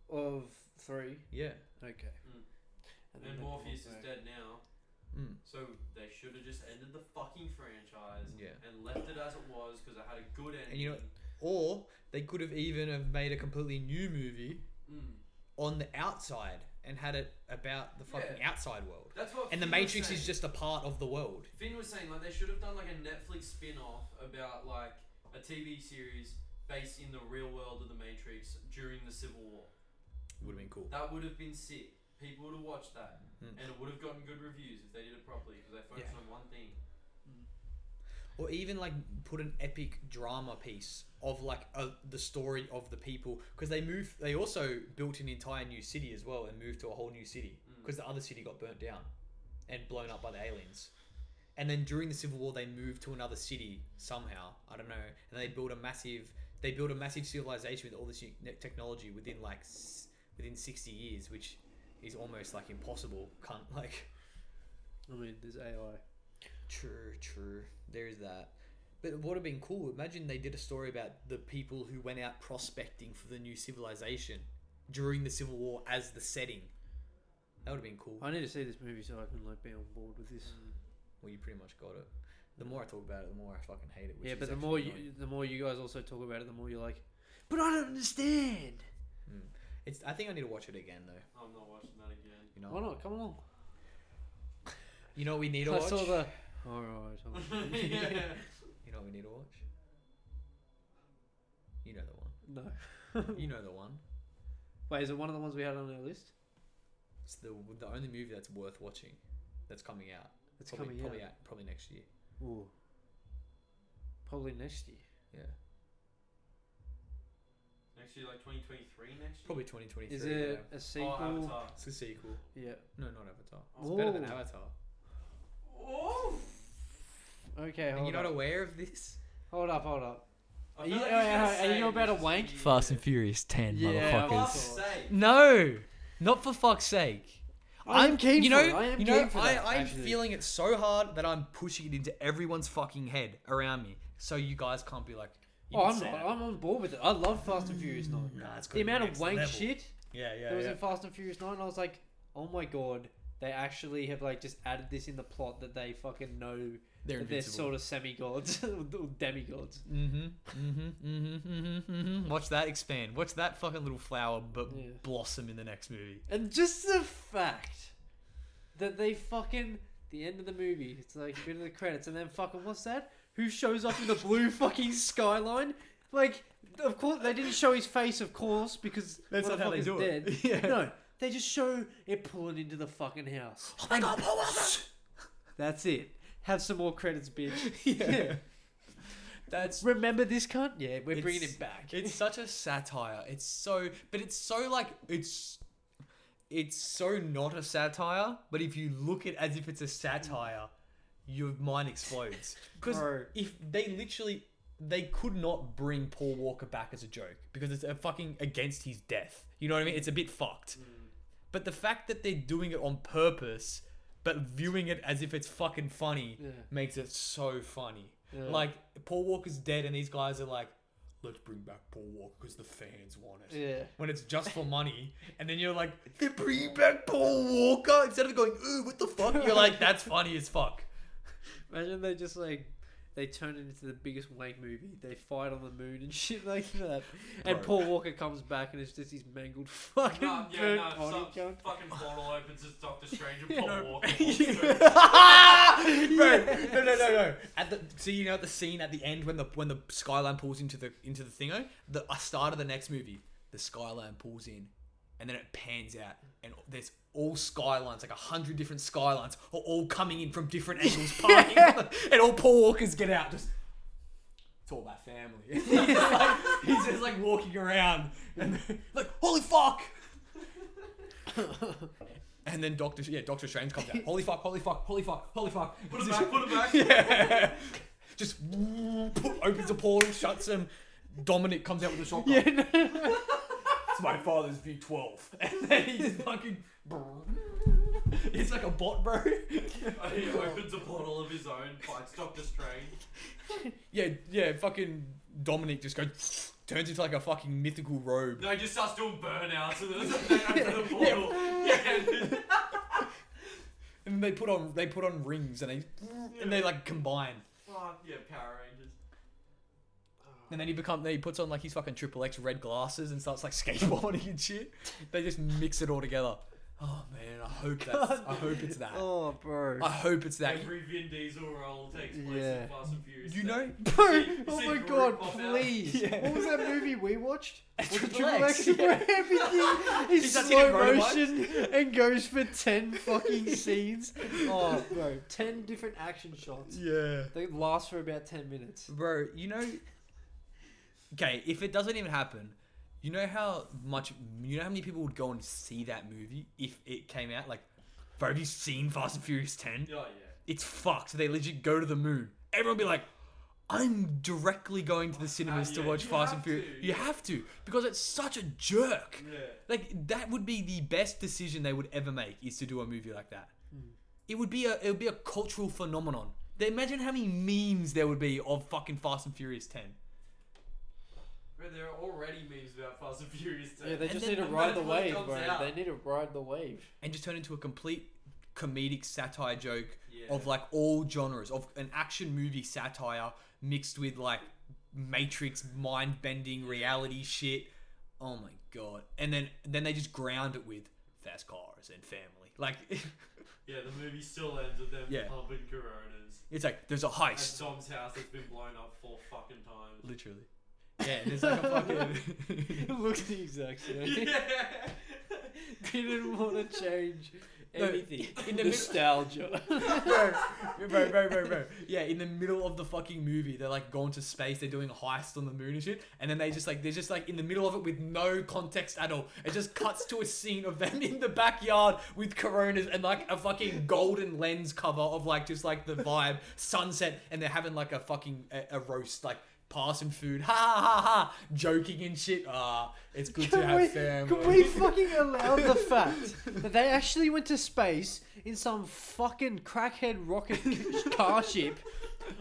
Of three. Yeah. Okay. Mm. And And then Morpheus is Morpheus. dead now. Mm. So they should have just ended the fucking franchise Yeah. and left it as it was because it had a good ending. And you know, or they could have even have made a completely new movie mm. on the outside and had it about the fucking Yeah. outside world. that's what. And the Finn was Matrix is saying. just a part of the world. Finn was saying like they should have done like a Netflix spin-off about like a TV series based in the real world of the Matrix during the Civil War. Would have been cool. That would have been sick. People would have watched that, Mm. Hmm. and it would have gotten good reviews if they did it properly because they focused on one thing. Or even like put an epic drama piece of like a, the story of the people because they moved. They also built an entire new city as well and moved to a whole new city because the other city got burnt down and blown up by the aliens. And then during the Civil War, they moved to another city somehow. I don't know. And they built a massive. They built a massive civilization with all this ne- technology within like s- within sixty years, which is almost like impossible. Can't [LAUGHS] like. I mean, there's AI. True, true. There is that. But it would have been cool. Imagine they did a story about the people who went out prospecting for the new civilization during the Civil War as the setting. That would have been cool. I need to see this movie so I can like be on board with this. Hmm. Well, you pretty much got it. The more I talk about it, the more I fucking hate it. Which yeah, is but the actually more you, annoying. the more you guys also talk about it, the more you're like, but I don't understand. it's, I think I need to watch it again though. I'm not watching that [LAUGHS] again. [LAUGHS] You know, Why not? Come along. you know what we need to I watch. saw the. All right. all [LAUGHS] right. yeah. You know what we need to watch. You know the no. one. You know the one. [LAUGHS] Wait, is it one of the ones we had on our list? It's the the only movie that's worth watching, that's coming out. It's probably, coming probably out. out probably next year. Ooh. Probably next year. Yeah. Next year, like 2023. Next year. Probably 2023. Is it yeah. a sequel? Oh, Avatar. It's a sequel. Yeah. No, not Avatar. It's Oh. better than Ooh. Avatar. Oh. Okay, And hold you're not up. aware of this? hold up, hold up. I Are feel you- like uh, he's gonna uh, are you say about to this is wank? the- Fast and Furious 10, Yeah, motherfuckers. Fuck's [LAUGHS] Fuck's sake. No, not for fuck's sake. I am keen you for know, it, I am you know, keen for I, that, I'm actually. feeling it so hard that I'm pushing it into everyone's fucking head around me, so you guys can't be like. You Oh, didn't I'm say not. that. I'm on board with it. I love Fast and Furious 9. Nah, it's gotta the be amount of next wank level. shit Yeah, yeah, there was yeah. in Fast and Furious 9, I was like, oh my god, they actually have like just added this in the plot that they fucking know They're that they're invincible. sort of semi gods [LAUGHS] or demigods. Mm-hmm, mm-hmm, mm-hmm, mm-hmm, mm-hmm. Watch that expand. Watch that fucking little flower but Yeah. blossom in the next movie. And just the fact that they fucking the end of the movie, it's like a bit of the credits, and then fucking what's that? Who shows up in [LAUGHS] the blue fucking skyline? Like, of course they didn't show his face, of course, because That's not how they motherfucker's do it. [LAUGHS] dead. Yeah. No, they just show it pulling into the fucking house. Oh my god, what was it? That's it. Have some more credits, [LAUGHS] bitch. Yeah. That's Remember this cunt? Yeah, we're bringing It's- him back. It's such a satire. It's so, but it's so like it's, it's so not a satire. But if you look at as if it's a satire, your mind [LAUGHS] explodes. Because Bro. if they literally, they could not bring Paul Walker back as a joke because it's a fucking against his death. You know what I mean? It's a bit fucked. Mm. But the fact that they're doing it on purpose, but viewing it as if it's fucking funny, Yeah. makes it so funny. Yeah. Like Paul Walker's dead, and these guys are like, "Let's bring back Paul Walker because the fans want it." Yeah. When it's just for money, and then you're like, "They're bringing back Paul Walker," instead of going, "Ooh, what the fuck?" You're like, "That's funny as fuck." Imagine they just like they turn it into the biggest wank movie. They fight on the moon and [LAUGHS] shit like that. And Bro. Paul Walker comes back and it's just his mangled [LAUGHS] fucking No, yeah, burnt no, body some cunt. fucking portal opens, it's Doctor Strange [LAUGHS] and Paul Walker. Bro, no, no, no, no. At the so you know at the scene at the end when the when the skyline pulls into the into the thingo, the uh, start of the next movie, the skyline pulls in, and then it pans out, and there's all skylines, like a hundred different skylines, are all coming in from different angles, parking, and all Paul Walkers get out. Just it's all about family. [LAUGHS] [LAUGHS] Like, he's just like walking around, and like holy fuck. And then Doctor, yeah, Doctor Strange comes out. Holy fuck! Holy fuck! Holy fuck! Holy fuck! Put it back, put it [LAUGHS] back. Yeah. Just put, opens a portal, shuts him. Dominic comes out with a shotgun. Yeah, no. It's my father's V twelve, [LAUGHS] and then he's fucking. [LAUGHS] It's like a bot, bro. He opens a portal of his own, fights Doctor Strange. yeah, yeah. Fucking Dominic just goes turns into like a fucking mythical robe. No, he just starts doing burnouts and then [LAUGHS] they open [LAUGHS] the portal. Yeah. [LAUGHS] And they put on they put on rings and they and they like combine. Fuck, yeah, Power Rangers. And then he become then he puts on like his fucking triple X red glasses and starts like [LAUGHS] skateboarding and shit. They just mix it all together. Oh man, I hope that's I hope it's that. [LAUGHS] Oh, bro. I hope it's that. Every Vin Diesel role takes place Yeah. in Fast and Furious. You seven. know, Bro, See- oh see my Groot god, pop out. please. Yeah. What was that movie we watched? Was it Triple Triple X, X, where [LAUGHS] everything is starts slow hitting motion and goes for 10 fucking scenes? Oh, bro, 10 different action shots. yeah, They last for about 10 minutes. bro, you know. Okay, if it doesn't even happen, you know how much you know how many people would go and see that movie if it came out. Like, bro, have you seen Fast and Furious Ten? Oh, yeah. It's fucked. They legit go to the moon. Everyone be like, I'm directly going to the cinemas to yeah, watch you Fast and have Furious. to, You yeah. have to because it's such a jerk. Yeah. Like that would be the best decision they would ever make is to do a movie like that. Hmm. It would be a it would be a cultural phenomenon. They- Imagine how many memes there would be of fucking Fast and Furious Ten. Bro, there are already memes about Fast and Furious 10. Yeah, they And just then need to I'm ride glad the when it wave, comes bro. out. They need to ride the wave. [LAUGHS] and just turn into a complete comedic satire joke of Yeah. like all genres of an action movie satire mixed with like matrix mind bending reality shit oh my god and then then they just ground it with fast cars and family like [LAUGHS] Yeah, the movie still ends with them Yeah. pumping Coronas. it's like there's a At heist Dom's house that's been blown up four fucking times. literally yeah and it's like a fucking It looks the exact [LAUGHS] same. [LAUGHS] [LAUGHS] Yeah. Didn't want to change [LAUGHS] No, [LAUGHS] anything. in the mid- [LAUGHS] Nostalgia. bro, bro, bro, bro, bro. Yeah, in the middle of the fucking movie, they're like going to space, they're doing a heist on the moon and shit, and then they just like they're just like in the middle of it with no context at all. It just cuts to a scene of them in the backyard with coronas and like a fucking golden lens cover of like just like the vibe sunset, and they're having like a fucking a, a roast like. Passing food, ha ha ha ha, joking and shit. Ah, it's good to Can have we, family. [LAUGHS] can we fucking allow the fact that they actually went to space in some fucking crackhead rocket [LAUGHS] c- car ship?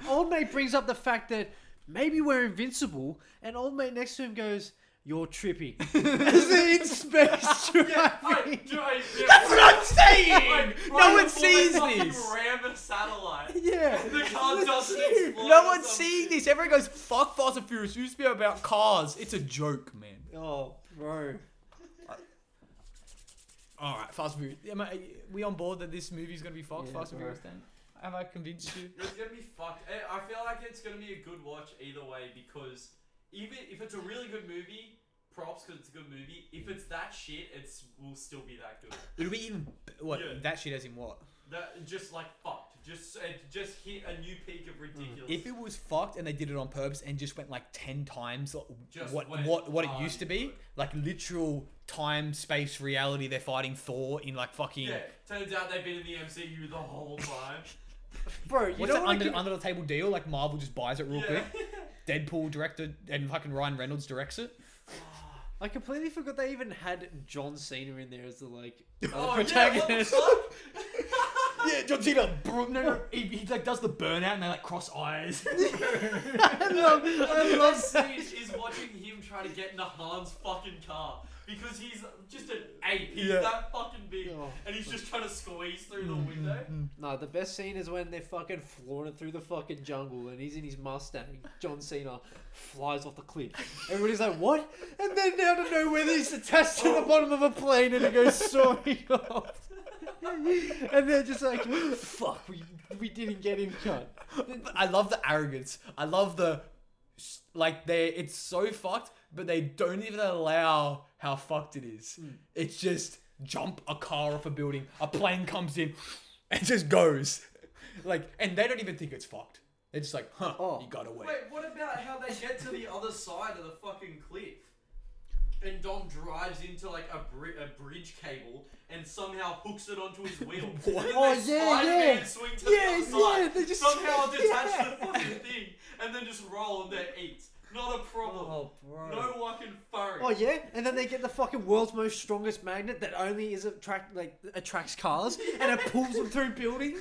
Old mate brings up the fact that maybe we're invincible, and old mate next to him goes, [LAUGHS] "You're tripping." As in in space driving. Dude, I- yeah. That's what I'm saying. [LAUGHS] Like, no right one before they sees fucking this. Ram [LAUGHS] a satellite. [LAUGHS] Yeah. The car doesn't explode. No or one's something. seeing this. Everyone goes, fuck Fast and Furious. It used to be about cars. It's a joke, man. Oh, bro. All right, Fast and Furious. Am I, we on board that this movie's going to be Fox, Yeah, Fast and bro. Furious 10? Have I convinced you? It's gonna be fucked. I- I feel like it's gonna be a good watch either way because even if it's a really good movie, props because it's a good movie. If it's that shit, it's will still be that good. [LAUGHS] It'll be even. What? Yeah. That shit as in what? That just like fucked. Just it just hit a new peak of ridiculous. If it was fucked and they did it on purpose and just went like 10 times Just what, went what, what it hard used to into be, it. like literal time, space, reality, they're fighting Thor in like fucking. yeah, turns out they've been in the MCU the whole [LAUGHS] time. Bro, you What's don't that want under, to under the table deal? Like Marvel just buys it real yeah. quick. [LAUGHS] Deadpool directed and fucking Ryan Reynolds directs it. I completely forgot they even had John Cena in there as the like Oh, other protagonist. Yeah, what Yeah, John Cena. bro- No, no, he, he like does the burnout and they like cross eyes. [LAUGHS] I love, [LAUGHS] I the love [LAUGHS] fuck? The best scene is watching him try to get into Han's fucking car because he's just an ape. He's Yeah. that fucking big, Oh. Mm-hmm, and he's just trying to squeeze through the window. No, the best scene is when they're fucking flooring through the fucking jungle and he's in his Mustang. John Cena flies off the cliff. Everybody's like, what? And then out of nowhere, he's attached to the bottom of a plane and it goes soaring [LAUGHS] off. and they're just like, fuck, we, we didn't get him cut. I love the arrogance. I love the like they. It's so fucked, but they don't even allow how fucked it is. It's just jump a car off a building. A plane comes in [LAUGHS] and just goes. Like, and they don't even think it's fucked. They're just like, huh, Oh. you got away. Wait, what about how they get to the other side of the fucking cliff? and Dom drives into like a, bri- a bridge cable and somehow hooks it onto his [LAUGHS] wheel. what? Oh, yeah, yeah. Swing to Yeah, the other yeah, side, they just- [LAUGHS] somehow detach yeah. the fucking thing, and then just roll on their eat. Not a problem. Oh, bro. No fucking furry. Oh yeah, and then they get the fucking world's most strongest magnet that only is attract like attracts cars and it pulls them through buildings.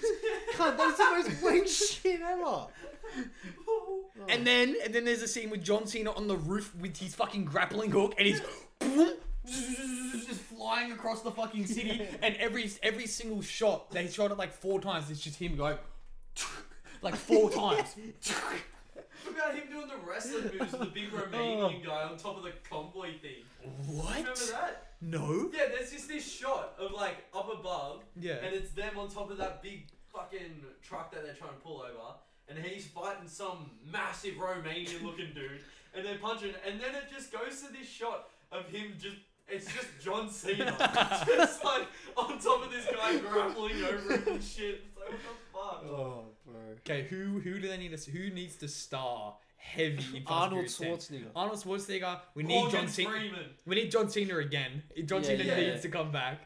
God, that's the most plain shit ever. And then and then there's a scene with John Cena on the roof with his fucking grappling hook and he's [LAUGHS] boom, just flying across the fucking city and every every single shot they shot it like four times it's just him going like [LAUGHS] four times. What about him doing the wrestling moves with the big [LAUGHS] Oh. Romanian guy on top of the convoy thing? Remember What? that? No. Yeah, there's just this shot of like up above, Yeah. and it's them on top of that big fucking truck that they're trying to pull over, and he's fighting some massive Romanian looking dude, and they're punching, and then it just goes to this shot of him just. It's just [LAUGHS] John Cena, just like on top of this guy grappling over him and shit. It's like what the fuck? Oh, bro. Okay, who who do they need to who needs to star heavy in Fast Arnold Furious 10? Schwarzenegger. Arnold Schwarzenegger. We need Morgan John Cena. Freeman. We need John Cena again. John Yeah, Cena yeah. needs to come back.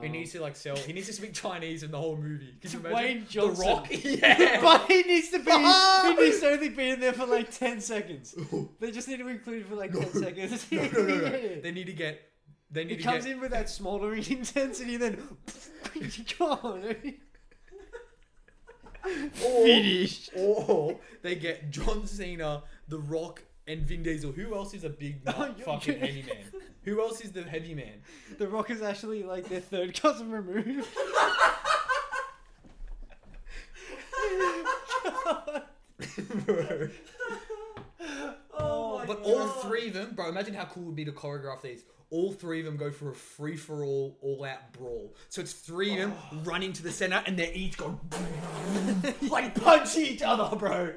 He Um, needs to like sell. He needs to speak Chinese in the whole movie. Can you imagine? Dwayne The Johnson. Rock. [LAUGHS] [LAUGHS] Yeah. But he needs to be. [LAUGHS] he needs to only be in there for like ten seconds. They just need to include him for like ten seconds. [LAUGHS] no, no, [LAUGHS] no, no. Yeah. They need to get. They need He to comes get. in with that smoldering [LAUGHS] intensity, then gone. Finish. Or they get John Cena, The Rock, and Vin Diesel. Who else is a [LAUGHS] big Oh, nut you- fucking heavy man? Who else is the heavy man? [LAUGHS] [LAUGHS] The Rock is actually like their third cousin removed. Bro. [LAUGHS] Oh my But god! all three of them, bro. Imagine how cool it would be to choreograph these. All three of them go for a free for all, all out brawl. So it's three of them Oh. running to the center, and they're [LAUGHS] each going like punch each other, bro.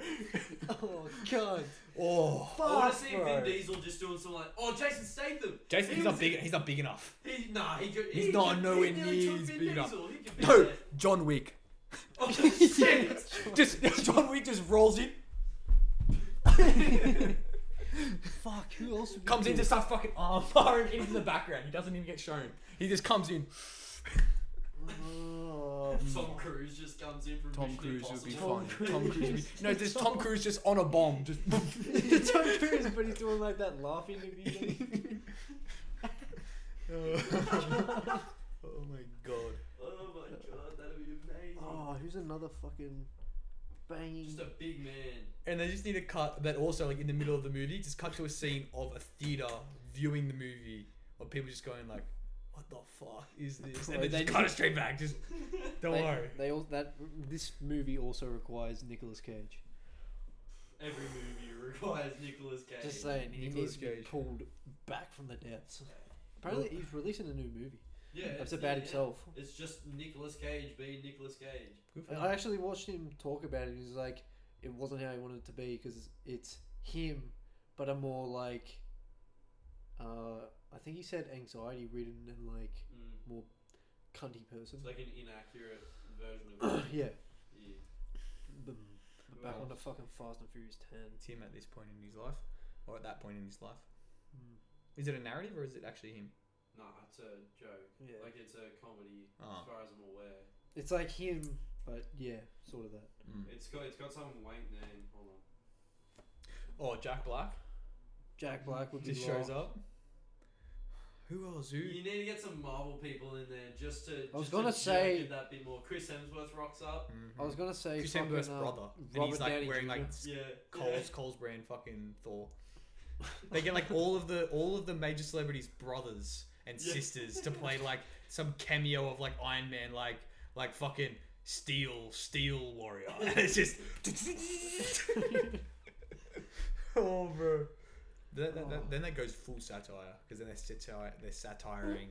Oh god. Oh, I want to Fuck, see bro. Vin Diesel just doing some like, oh Jason Statham. Jason, He he's not was- big. He's not big enough. He, nah, he could, He's he not could, nowhere he nearly near took as Vin big enough. Diesel. He could be No, there. John Wick. Oh, shit. [LAUGHS] Just [LAUGHS] John Wick just rolls in, [LAUGHS] Fuck. Who else would be comes in, good? just starts fucking arm [LAUGHS] firing into the background. He doesn't even get shown. He just comes in. Oh, [LAUGHS] [LAUGHS] Tom Cruise just comes in from Tom Mission Cruise would be Impossible. fine. Tom Cruise would be. No, just Tom Cruise just on a bomb. [LAUGHS] Just Tom Cruise, but he's doing like that laughing. thing. oh my god. Oh my god, that'd be amazing. Oh, who's another fucking banging? Just a big man. And they just need to cut that also like in the middle of the movie, just cut to a scene of a theater viewing the movie of people just going like, "What the fuck is this?" And Bro, they they just cut it just- straight back. [LAUGHS] Just don't [LAUGHS] They, worry. they all that this movie also requires Nicolas Cage. Every movie [LAUGHS] requires Nicolas Cage. Just saying, he Nicolas needs to be Cage. pulled back from the depths. Apparently, he's releasing a new movie. Yeah, That's it's- about yeah, himself. It's just Nicolas Cage being Nicolas Cage. I actually watched him talk about it. He was like, it wasn't how he wanted it to be because it's him, but a more like, uh, I think he said anxiety ridden and like Mm. more cunty person. It's like an inaccurate version [COUGHS] of. yeah. yeah. Boom. But back Wow. on the fucking Fast and Furious 10. It's him at this point in his life, or at that point in his life. Hmm. Is it a narrative or is it actually him? Nah, it's a joke. Yeah. Like it's a comedy, Oh. as far as I'm aware. It's like him, but yeah, sort of that. It's got it's got some wank name. Hold on. Or Oh, Jack Black Jack Black would be just shows laugh. up. Who else? Who? You need to get some Marvel people in there just to. I was just gonna to say- give it that bit more. Chris Hemsworth rocks up. Mm. I was gonna say Chris fucking, Hemsworth's uh, brother, and Robert he's like Downey wearing Jr. like Yeah. Cole's [LAUGHS] Cole's brand fucking Thor. They get like all of the all of the major celebrities' brothers and Yeah. sisters to play like some cameo of like Iron Man, like like fucking Steel Steel Warrior. [LAUGHS] And it's just oh, bro. That, that, that, then that goes full satire because then they're satire, they're satiring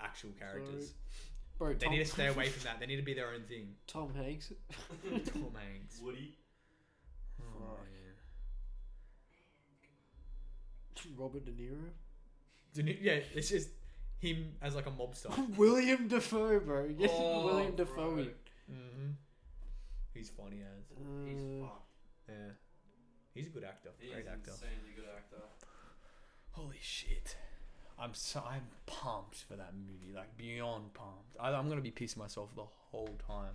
actual characters. Bro, They Tom, need to stay away from that. They need to be their own thing. Tom [LAUGHS] Hanks. Tom Hanks. Woody. Oh, Fuck. man. Robert De Niro. [LAUGHS] Didn't it- Yeah, it's just him as like a mobster. William Defoe, bro. Get Oh, [LAUGHS] William bro. Defoe. in. Mm-hmm. He's funny as. He's Uh, fucked. Yeah. He's a good actor. He Great is actor. insanely good actor. Holy shit. I'm so I'm pumped for that movie, like beyond pumped. I, I'm gonna be pissing myself the whole time.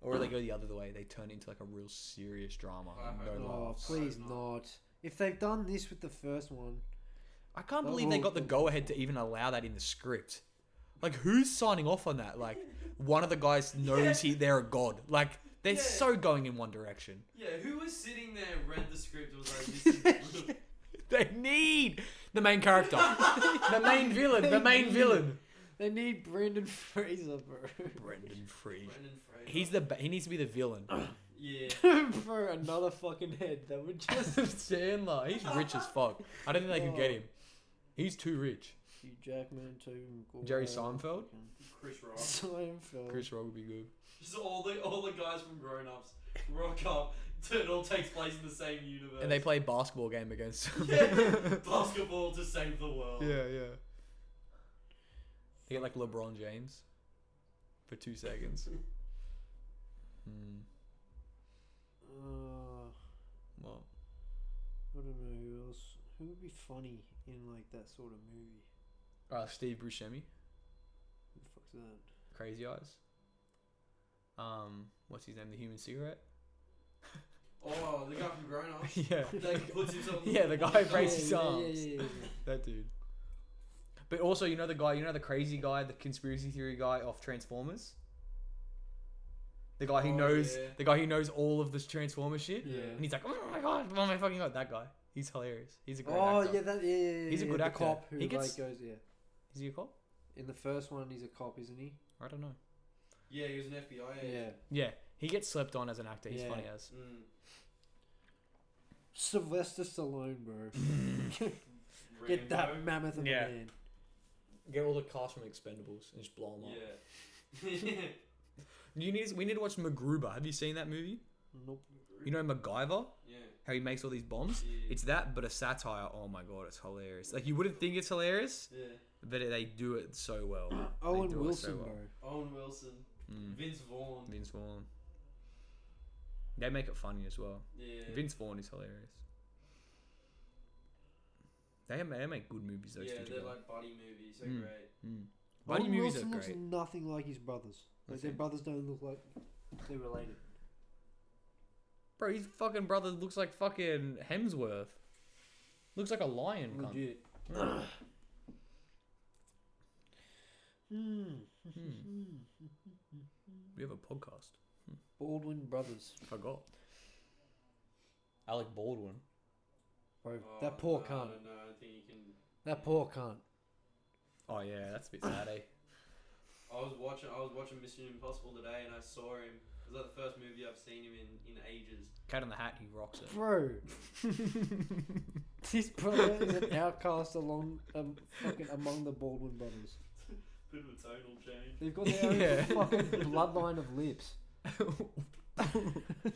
Or they go the other way; they turn into like a real serious drama. I and hope no not. laugh. Oh, please not. If they've done this with the first one, I can't believe they got the go ahead to even allow that in the script. Like, who's signing off on that? Like, one of the guys knows [LAUGHS] he they're a god. Like, they're Yeah. so going in one direction. Yeah, who was sitting there, read the script, and was like, [LAUGHS] this is. [LAUGHS] They need the main character, [LAUGHS] the main villain, the main villain. they need Brendan [LAUGHS] Fraser, bro, [LAUGHS] Brendan Free. Brendan Fraser. He's the ba- he needs to be the [LAUGHS] villain. Yeah. for another fucking head that would just Sandler. He's rich as fuck. I don't think they could get him. He's too rich. Hugh Jackman, Toby McGuire, Jerry Seinfeld, Chris Rock. Seinfeld. Chris Rock would be good. Just all the all the guys from Grown Ups rock up. [LAUGHS] It all takes place in the same universe. And they [LAUGHS] play basketball game against. Yeah, [LAUGHS] basketball to save the world. [LAUGHS] Yeah, yeah. They get like LeBron James for two [LAUGHS] seconds. Hmm. Uh, Well, I don't know who else. Who would be funny in like that sort of movie? uh, Steve Buscemi, Who the fuck's that? [LAUGHS] Crazy Eyes. Um, what's his name? The Human Cigarette. Oh, the guy from Grown [LAUGHS] Ups. yeah, That puts himself. yeah, the guy [LAUGHS] who Oh, breaks his yeah, arms. yeah, yeah, yeah, yeah. That dude. But also, you know the guy, you know the crazy guy, the conspiracy theory guy off Transformers. The guy who Oh, knows, yeah. the guy who knows all of this Transformer shit, Yeah. and he's like, "Oh my god, oh my fucking god!" That guy, he's hilarious. He's a great Oh actor. yeah, that yeah, yeah, He's a yeah, good the actor. Cop who He gets- like goes yeah. Is he a cop? In the first one, he's a cop, isn't he? I don't know. Yeah, he was an FBI agent. Yeah, he gets slept on as an actor. He's Yeah. funny as. Mm, Sylvester Stallone, [LAUGHS] bro. Get Rambo. that mammoth of Yeah. a man. Get all the cast from Expendables and just blow them up. Yeah. [LAUGHS] You need, we need to watch MacGruber. Have you seen that movie? Nope. You know MacGyver, yeah. how he makes all these bombs. Yeah. It's that, but a satire. Oh my god, it's hilarious. Like you wouldn't think it's hilarious, Yeah. but they do it so [CLEARS THROAT] well. They Owen do it so Wilson, well. bro. Owen Wilson. Mm. Vince Vaughn. Vince Vaughn. They make it funny as well. Yeah. Vince Vaughn is hilarious. They ma- they make good movies. Those yeah, two they're together. like buddy movies. They're Mm. great. Mm. Buddy Owen movies Wilson are looks great. nothing like his brothers. Like their Okay. brothers don't look like they're related. Bro, his fucking brother looks like fucking Hemsworth. Looks like a lion. cunt. Legit. Mm. Mm. We have a podcast. Baldwin brothers. Forgot. Alec Baldwin. Bro, Oh, that poor no, cunt. No, I think you can. That poor cunt. Oh yeah, that's a bit sad, eh? I was watching. I was watching Mission Impossible today, and I saw him. It was like the first movie I've seen him in in ages. Cat in the Hat, he rocks it. [LAUGHS] Bro. His brother is an outcast along um, fucking among the Baldwin brothers. Bit of a tonal change. They've got their own Yeah. fucking bloodline of lips. [LAUGHS] Holy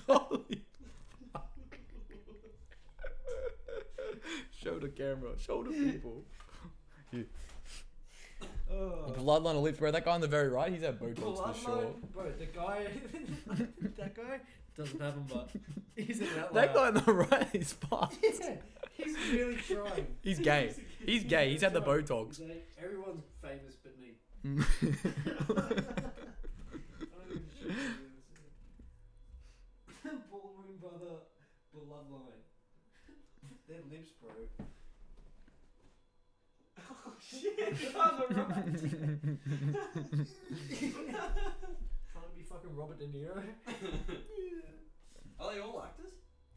fuck. [LAUGHS] Show the camera. Show the people. Bloodline of lips, bro. That guy on the very right, he's had Botox for sure. bro. The guy, [LAUGHS] that guy doesn't have them, but [LAUGHS] he's an outlier. That guy on the right [LAUGHS] is fucked. yeah, he's really trying. He's gay. He's gay. He's had the Hmm. trying. Botox. [LAUGHS] He's like, everyone's famous but me. I don't even shit to do. Ballroom brother bloodline. Their lips, bro. Oh shit! on the right. Trying to be fucking Robert De Niro. [LAUGHS] Are they all actors?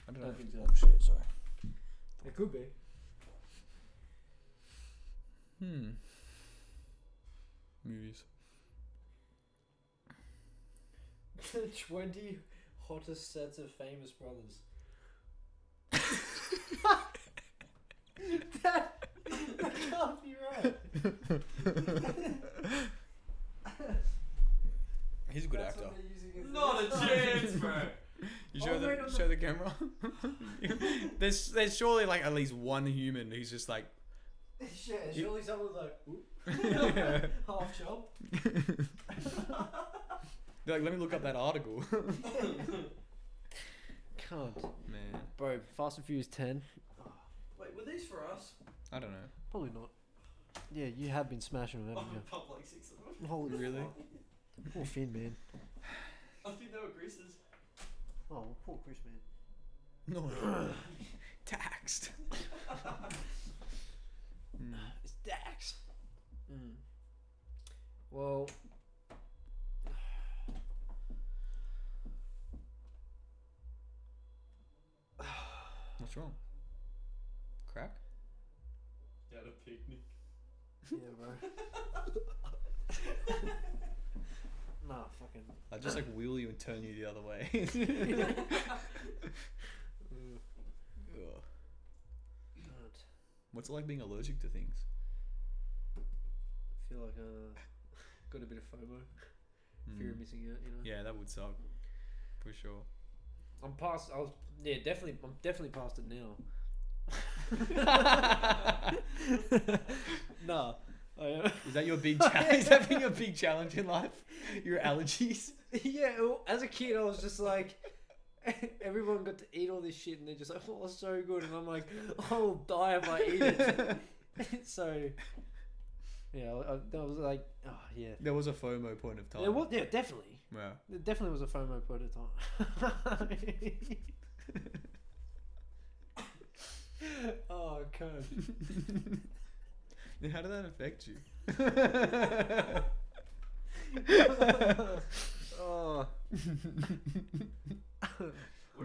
I don't know. so. Oh shit, sorry. It could be. Hmm. Movies. The 20 hottest sets of famous brothers. that, that can't be right. He's a good That's actor. what they're using as the Not a [LAUGHS] best time. chance, bro. [LAUGHS] You Oh, show wait, on the the- show the [LAUGHS] camera. [LAUGHS] there's there's surely like at least one human who's just [LAUGHS] like [LAUGHS] Yeah, surely someone's like, oop. half chub. they're like let me look up that article. [LAUGHS] Can't. Man, Bro, Fast and Furious 10. Wait, were these for us? I don't know. Probably not. Yeah, you have been smashing them, [LAUGHS] haven't I've popped like six of them. you? [LAUGHS] Holy really? Poor Finn, man. I think they were greases. Oh, poor Chris, man. [LAUGHS] No. Taxed. It's Dax. Mm. Well, What's wrong? Crack? At a picnic. [LAUGHS] yeah, [LAUGHS] bro. nah, fucking. I just like wheel you and turn you the other [LAUGHS] way. [LAUGHS] Ugh. God. What's it like being allergic to things? I feel like uh, got a bit of FOMO, fear of missing out. You know. Hmm. Yeah, that would suck. For sure. I'm past. I was. Yeah, definitely. I'm definitely past it now. nah. I am. [LAUGHS] Is that your big challenge? Is that been your big challenge in life? Your allergies? yeah. well, As a kid, I was just like. [LAUGHS] Everyone got to eat all this shit, and they're just like, "Oh, it's so good," and I'm like, "I'll die if I eat it." [LAUGHS] so, yeah, I, I that was like, oh yeah, [LAUGHS] There was a FOMO point of time. yeah, well, yeah, [LAUGHS] definitely. Yeah. There definitely was a FOMO point of time. [LAUGHS] oh, God. [LAUGHS] Then How did that affect you? oh, What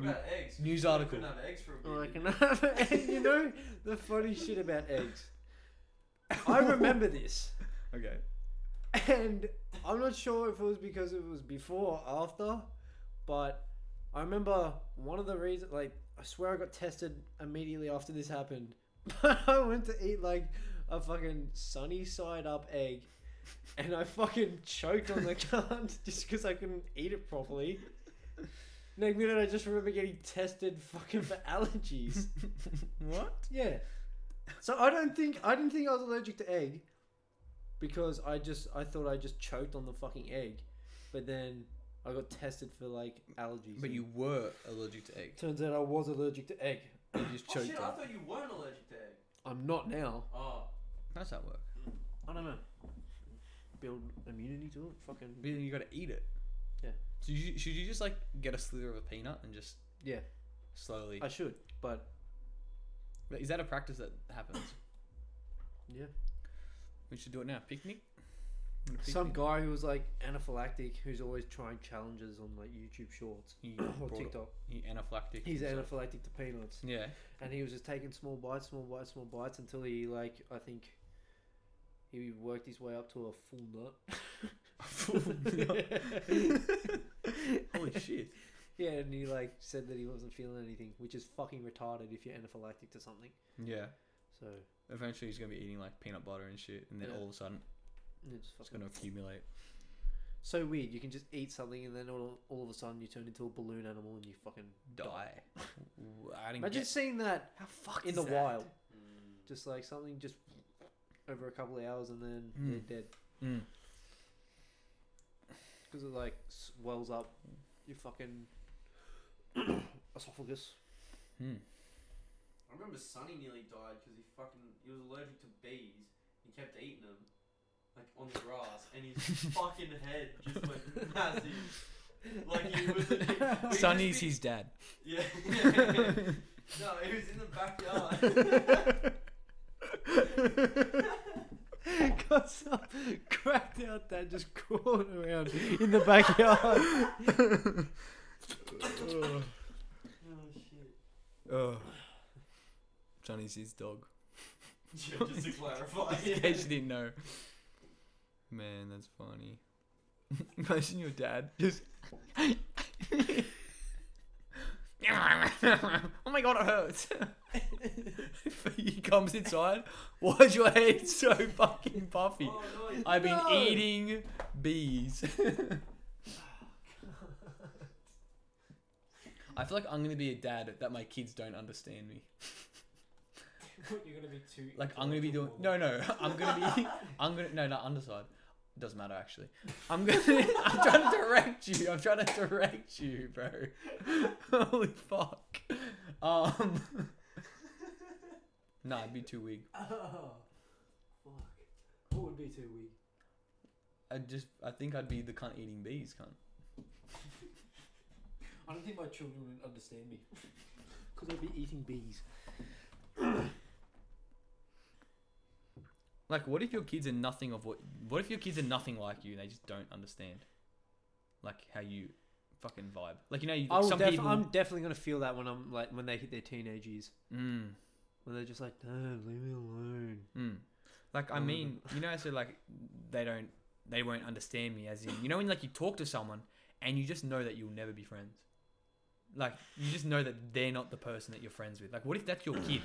about eggs? News You article. Couldn't have eggs for I a bit. did you? reckon. [LAUGHS] and you know the funny shit about eggs? I remember this, Okay. and I'm not sure if it was because it was before or after, but I remember one of the reasons, like, I swear I got tested immediately after this happened, [LAUGHS] but I went to eat, like, a fucking sunny side up egg. and I fucking choked on the [LAUGHS] cunt just because I couldn't eat it properly. Next minute, I just remember getting tested fucking for allergies. what? Yeah. So I don't think I didn't think I was allergic to egg because I just I thought I just choked on the fucking egg, but then I got tested for like allergies. But you were allergic to eggs. turns out I was allergic to egg. You just Oh choked shit, I on it. thought you weren't allergic to egg. I'm not now. Oh. How's that work? I don't know. Build immunity to it. Fucking But then you gotta eat it. Yeah. So you, should you just like get a slither of a peanut and just yeah. slowly? I should, but Is that a practice that happens? yeah. We should do it now. Picnic. Some guy who was like anaphylactic, who's always trying challenges on like YouTube Shorts He [CLEARS THROAT] or brought it- TikTok. He anaphylactic. He's himself. anaphylactic to peanuts, Yeah. and he was just taking small bites, small bites, small bites until he like I think he worked his way up to a full [LAUGHS] nut. [LAUGHS] Holy shit. yeah, and he like said that he wasn't feeling anything, which is fucking retarded if you're anaphylactic to something. Yeah. So Eventually, he's gonna be eating like peanut butter and shit, and then Yeah. all of a sudden, it's it's fucking gonna accumulate. so weird. You can just eat something, and then all, all of a sudden you turn into a balloon animal, and you fucking Die. [LAUGHS] I didn't imagine get- seeing that How fucked in the is that? wild. Just like something just over a couple of hours and then they're Mm. dead. Mm. Because it like swells up your fucking [COUGHS] [LAUGHS] esophagus. Mm. I remember Sonny nearly died because he fucking he was allergic to bees. He kept eating them, like on the grass, and his fucking head just went massive. Like he was. Like, Sonny's his dad. Yeah. no, he was in the backyard. Got some [LAUGHS] cracked out dad just crawling [LAUGHS] around in [LAUGHS] the backyard. oh shit. Oh. Johnny's his dog. Yeah, just to clarify. In case you didn't know. Man, that's funny. [LAUGHS] Imagine your dad just. [LAUGHS] oh my god, it hurts. [LAUGHS] he comes inside. Why is your head so fucking puffy? Oh no. I've been No. eating bees. [LAUGHS] I feel like I'm gonna be a dad that my kids don't understand me. You're gonna be too. Like I'm gonna be doing no no [LAUGHS] I'm gonna be I'm gonna no no underside doesn't matter actually I'm gonna [LAUGHS] I'm trying to direct you I'm trying to direct you [LAUGHS] bro holy fuck um [LAUGHS] Nah, it'd be too weak. Oh, [LAUGHS] fuck. What would be too weak? I just, I think I'd be the cunt eating bees cunt. I don't think my children would understand me. [LAUGHS] Because I'd be eating bees. Like, what if your kids are nothing of what? What if your kids are nothing like you and they just don't understand, like how you fucking vibe? Like you know, you, I will some def- people. I'm definitely gonna feel that when I'm like when they hit their teenage years, Mm, when they're just like, "No, leave me alone." mm. Like I Mm. mean, you know, so like they don't, they won't understand me. As in, you know, when like you talk to someone and you just know that you'll never be friends. Like you just know that they're not the person that you're friends with. Like, what if that's your kid?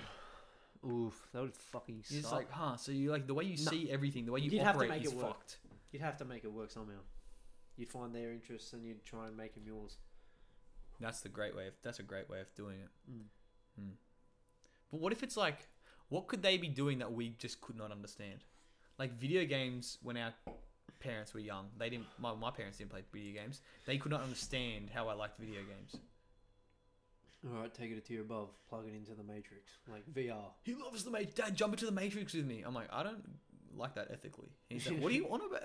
Oof, that would fucking You're just suck. like, huh? So you like the way you No. see everything, the way you You'd have to operate make is it work. fucked. You'd have to make it work somehow. You'd find their interests and you'd try and make them yours. That's the great way. Of, that's a great way of doing it. Mm. Mm. But what if it's like, what could they be doing that we just could not understand? Like video games when our parents were young, they didn't. My, my parents didn't play video games. They could not understand how I liked video games. All right, take it to your above, plug it into the matrix, like VR. He loves the mate. Dad, jump into the Matrix with me. I'm like, I don't like that ethically. He's like, [LAUGHS] what are you on about?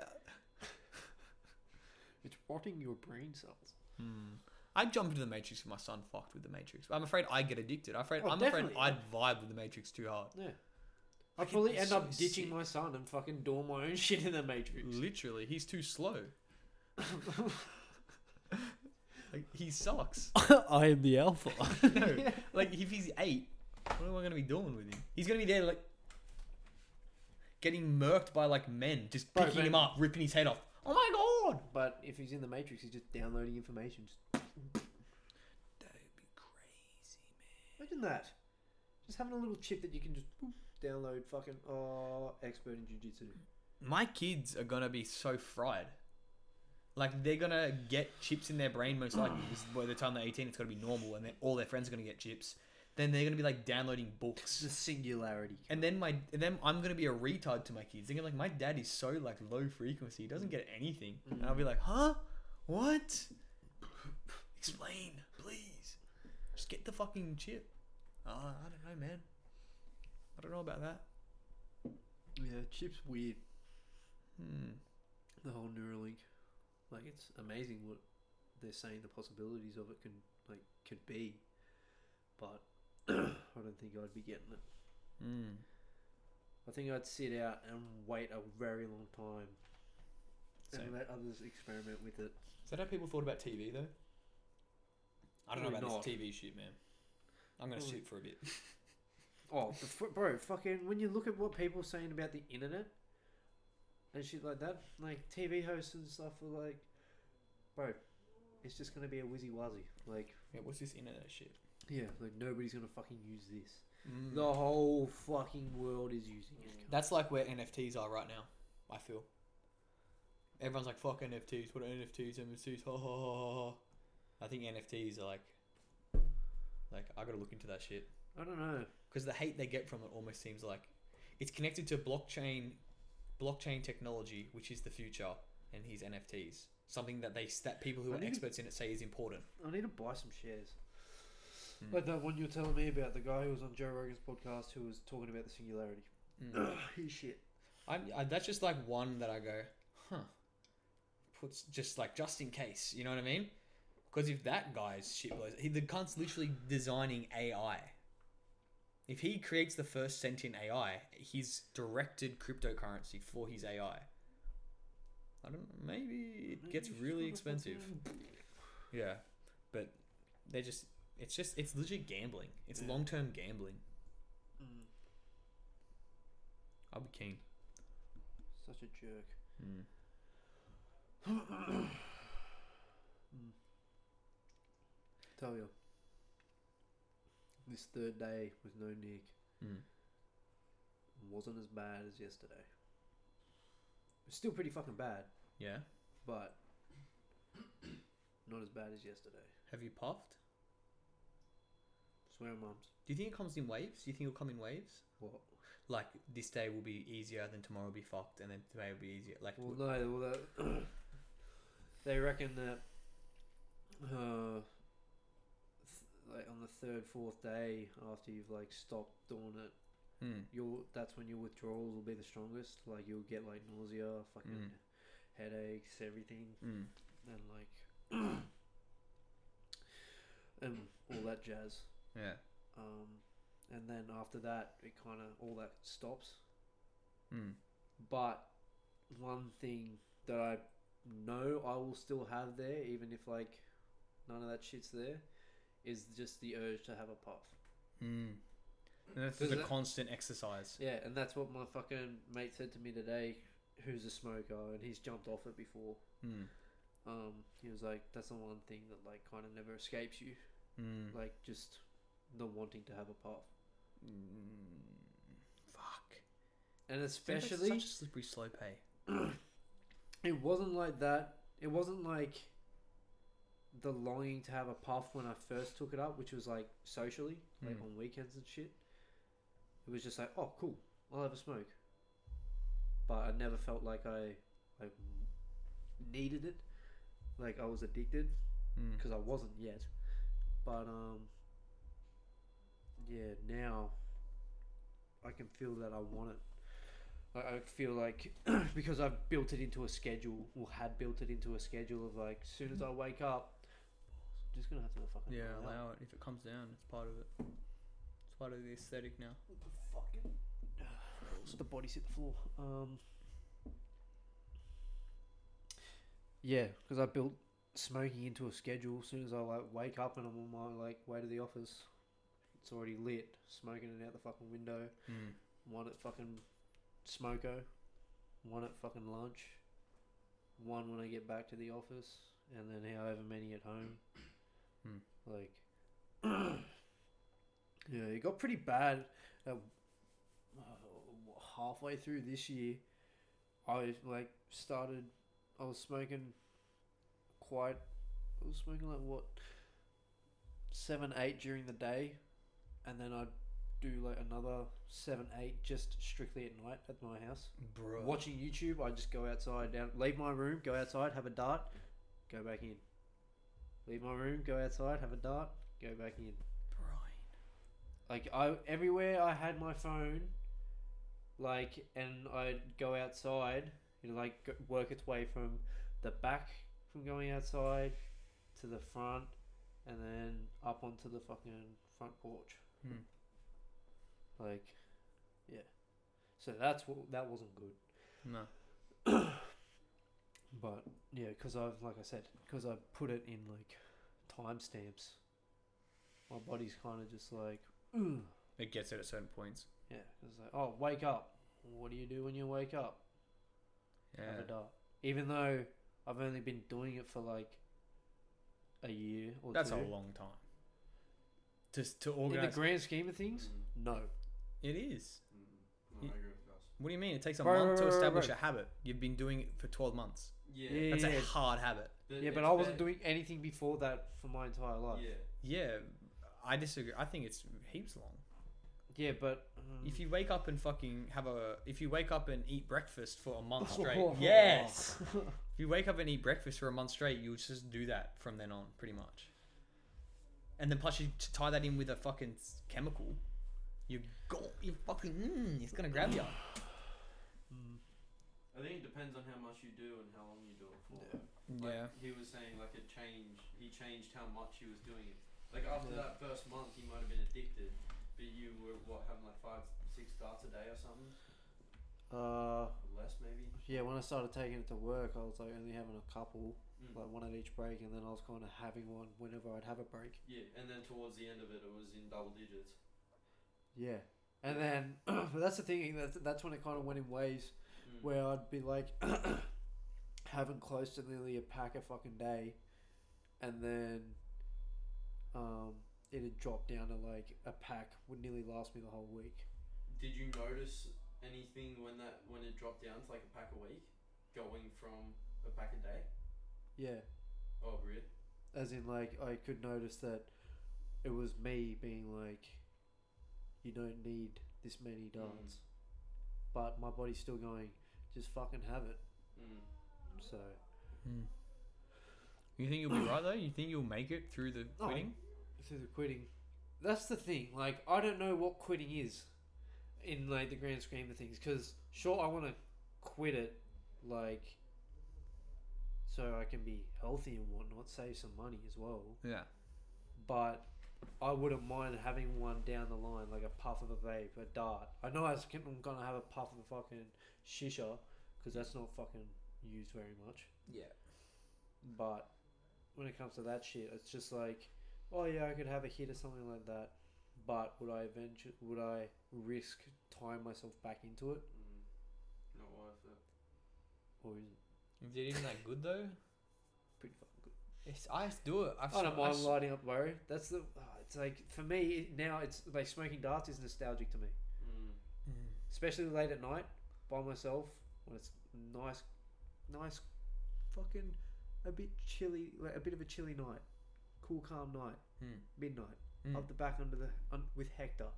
It's rotting your brain cells. Hmm. I'd jump into the Matrix if my son fucked with the Matrix. I'm afraid I'd get addicted. I'm afraid, Oh, I'm definitely. afraid I'd vibe with the Matrix too hard. Yeah. I I'll could probably be end so up ditching sick. my son and fucking doing my own [LAUGHS] shit in the matrix. Literally, he's too [LAUGHS] slow. like, he sucks. [LAUGHS] I am the alpha. [LAUGHS] no, like if he's eight, what am I gonna be doing with him? He's gonna be there like getting murked by like men, just Bro, picking but- him up, ripping his head off. Oh my god! But if he's in the matrix, he's just downloading information. Just That would be crazy, imagine that. Just having a little chip that you can just boop, download. Fucking oh, expert in jujitsu. man. My kids are gonna be so fried. Like they're gonna get chips in their brain most likely. because by the time they're eighteen, it's gonna be normal, and then all their friends are gonna get chips. Then they're gonna be like downloading books. The singularity. And then my and then I'm gonna be a retard to my kids. Thinking like my dad is so like low frequency, he doesn't get anything. And I'll be like, huh? What? Explain, please. Just get the fucking chip. Uh, I don't know, man. I don't know about that. Yeah, chip's weird. Hmm. The whole Neuralink. Like it's amazing what they're saying the possibilities of it can like could be, but [CLEARS THROAT] I don't think I'd be getting it. Hmm. I think I'd sit out and wait a very long time Same. and let others experiment with it. Is that how people thought about TV though? I don't know Probably about not. this TV shit, man. I'm gonna Probably- sit for a bit. Oh, the fu- bro, fucking when you look at what people are saying about the internet and shit like that, like TV hosts and stuff are like, bro, it's just gonna be a wizzy wazzy. Like, Yeah, what's this internet shit? yeah, like nobody's gonna fucking use this. Mm. The whole fucking world is using it. That's like where NFTs are right now. I feel. Everyone's like, "Fuck NFTs! What are NFTs? NFTs!" Ha ha ha ha. I think NFTs are like, like I gotta look into that shit I don't know. because the hate they get from it almost seems like it's connected to blockchain, blockchain technology, which is the future, and he's NFTs, something that they that people who I are think- experts in it say is important. I need to buy some shares. Hmm. Like that one you were telling me about, the guy who was on Joe Rogan's podcast who was talking about the singularity. Mm. His shit. I'm, I, that's just like one that I go, huh. Puts just like just in case, you know what I mean? Because if that guy's shit blows, he, the cunt's literally designing AI. If he creates the first sentient AI, he's directed cryptocurrency for his AI. I don't know, maybe it gets Maybe really it's not a expensive. Yeah, but they're just, it's just, it's literally gambling. It's long term gambling. Mm. I'll be keen. Such a jerk. Mm. [COUGHS] Tell you. This third day with no Nick Mm. wasn't as bad as yesterday. It's still pretty fucking bad, Yeah. but [COUGHS] not as bad as yesterday. Have you puffed? Swear mums. Do you think it comes in waves? Do you think it'll come in waves? What? Like this day will be easier, then tomorrow will be fucked, and then today will be easier. Like Well, no, well, that, [CLEARS THROAT] they reckon that uh, th- like on the third, fourth day after you've like stopped doing it, hmm, you'll that's when your withdrawals will be the strongest. Like you'll get like nausea, fucking headaches, everything, Mm. and like [CLEARS THROAT] and all that jazz. Yeah. Um, and then after that, it kind of all that stops. Mm. But one thing that I know I will still have there, even if like none of that shit's there, is just the urge to have a puff. Mm. And that's Does the that- constant exercise. Yeah, and that's what my fucking mate said to me today, who's a smoker, and he's jumped off it before. Mm. Um, he was like, that's the one thing that like kind of never escapes you, Mm. like just not wanting to have a puff, Fuck. and Dude, that's especially such a slippery slope, hey. it wasn't like that. It wasn't like the longing to have a puff when I first took it up, which was like socially, like Mm. on weekends and shit. It was just like, oh, cool, I'll have a smoke. But I never felt like I, I needed it, like I was addicted, Mm. because I wasn't yet. But um, yeah, now I can feel that I want it. I, I feel like [CLEARS THROAT] because I've built it into a schedule, or had built it into a schedule of like, as soon as I wake up, I'm just gonna have to have a fucking Yeah, roll out. allow it. If it comes down, it's part of it. It's part of the aesthetic now. Fucking. the bodies hit the floor. Um. Yeah, because I built smoking into a schedule. As soon as I like wake up and I'm on my like way to the office, it's already lit. Smoking it out the fucking window. Mm. One at fucking smoko. One at fucking lunch. One when I get back to the office, and then however many at home. Hmm. Like, [CLEARS THROAT] yeah, it got pretty bad at uh, halfway through this year, I like started. I was smoking quite. I was smoking like what seven, eight during the day, and then I'd do like another seven, eight just strictly at night at my house. Bro. Watching YouTube, I just go outside, down, leave my room, go outside, have a dart, go back in. Leave my room, go outside, have a dart, go back in like I everywhere I had my phone, like and I'd go outside, you know, like g- work its way from the back from going outside to the front, and then up onto the fucking front porch. Hmm. Like, yeah. So that's what that wasn't good. No. But yeah, because I've like I said, because I put it in like timestamps. My body's kind of just like, "Ugh." It gets it at certain points. Yeah, it's like, oh, wake up. What do you do when you wake up? Have a Yeah. dart. Even though I've only been doing it for like a year or That's two. a long time. To, s- to In the organize. grand scheme of things, Mm, no. it is. mm. You- No, I agree with Gus. What do you mean? It takes a Bro, month bro, to bro, establish bro. a habit. You've been doing it for 12 months. Yeah. Yeah, That's yeah. a hard habit. yeah, but it's I wasn't bad. doing anything before that for my entire life. Yeah. Yeah, I disagree. I think it's heaps long. Yeah, but um, If you wake up and fucking have a, if you wake up and eat breakfast for a [LAUGHS] month straight, Oh. yes. if you wake up and eat breakfast for a month straight, you'll just do that from then on, pretty much. And then plus you t- tie that in with a fucking s- chemical, you go, you fucking, mm, it's gonna grab you. I think it depends on how much you do and how long you do it for. Like, Yeah. He was saying like it changed. He changed how much he was doing it. Like after Yeah. that first month, he might have been addicted, but you were what having like five, six darts a day or something, [LAUGHS] uh, or less maybe. yeah, when I started taking it to work, I was like only having a couple, Mm. like one at each break, and then I was kind of having one whenever I'd have a break. Yeah, and then towards the end of it, it was in double digits. Yeah. And then, [CLEARS THROAT] but that's the thing. That's that's when it kind of went in waves, Mm. where I'd be like [CLEARS THROAT] having close to nearly a pack a fucking day, and then um, it had dropped down to like a pack would nearly last me the whole week. Did you notice anything when that when it dropped down to like a pack a week, going from a pack a day? Yeah, Oh, really? as in like I could notice that it was me being like, you don't need this Mm. many darts, but my body's still going, just fucking have it. Mm. So You think you'll be right though? You think you'll make it through the Oh, quitting? through the quitting. That's the thing. Like, I don't know what quitting is. in like the grand scheme of things. Because sure, I want to quit it, like, so I can be healthy and whatnot, save some money as well. Yeah. But I wouldn't mind having one down the line, like a puff of a vape, a dart. I know I was gonna- I'm gonna have a puff of a fucking shisha, because that's not fucking used very much. Yeah. But when it comes to that shit, it's just like, oh yeah, I could have a hit or something like that. But would I eventually would I risk tying myself back into it, Mm, not worth it. or is it Is it even that good though? pretty fucking good? It's, I just do it. I've I don't sm- I mind s- lighting up low. That's the. ah, It's like for me it, now. It's like smoking darts is nostalgic to me, Mm, especially late at night by myself when it's nice, nice, fucking a bit chilly, like a bit of a chilly night, cool calm night, Hmm. midnight. Mm. up the back under the un, with Hector.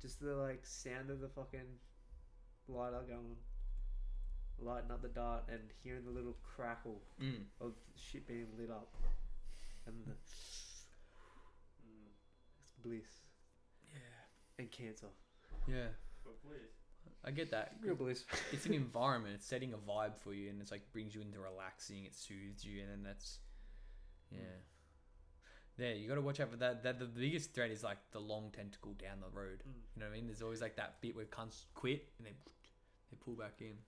Just the like sound of the fucking lighter going, lighting up the dart, and hearing the little crackle hmm, Mm. of shit being lit up, and the, mm. it's bliss and cancer, Yeah. But please. I get that. real bliss. [LAUGHS] It's an environment. It's setting a vibe for you, and it's like brings you into relaxing. It soothes you, and then that's yeah. There, you got to watch out for that. That the biggest threat is like the long tentacle down the road. Mm. You know what I mean? There's always like that bit where cunts quit and then they pull back in.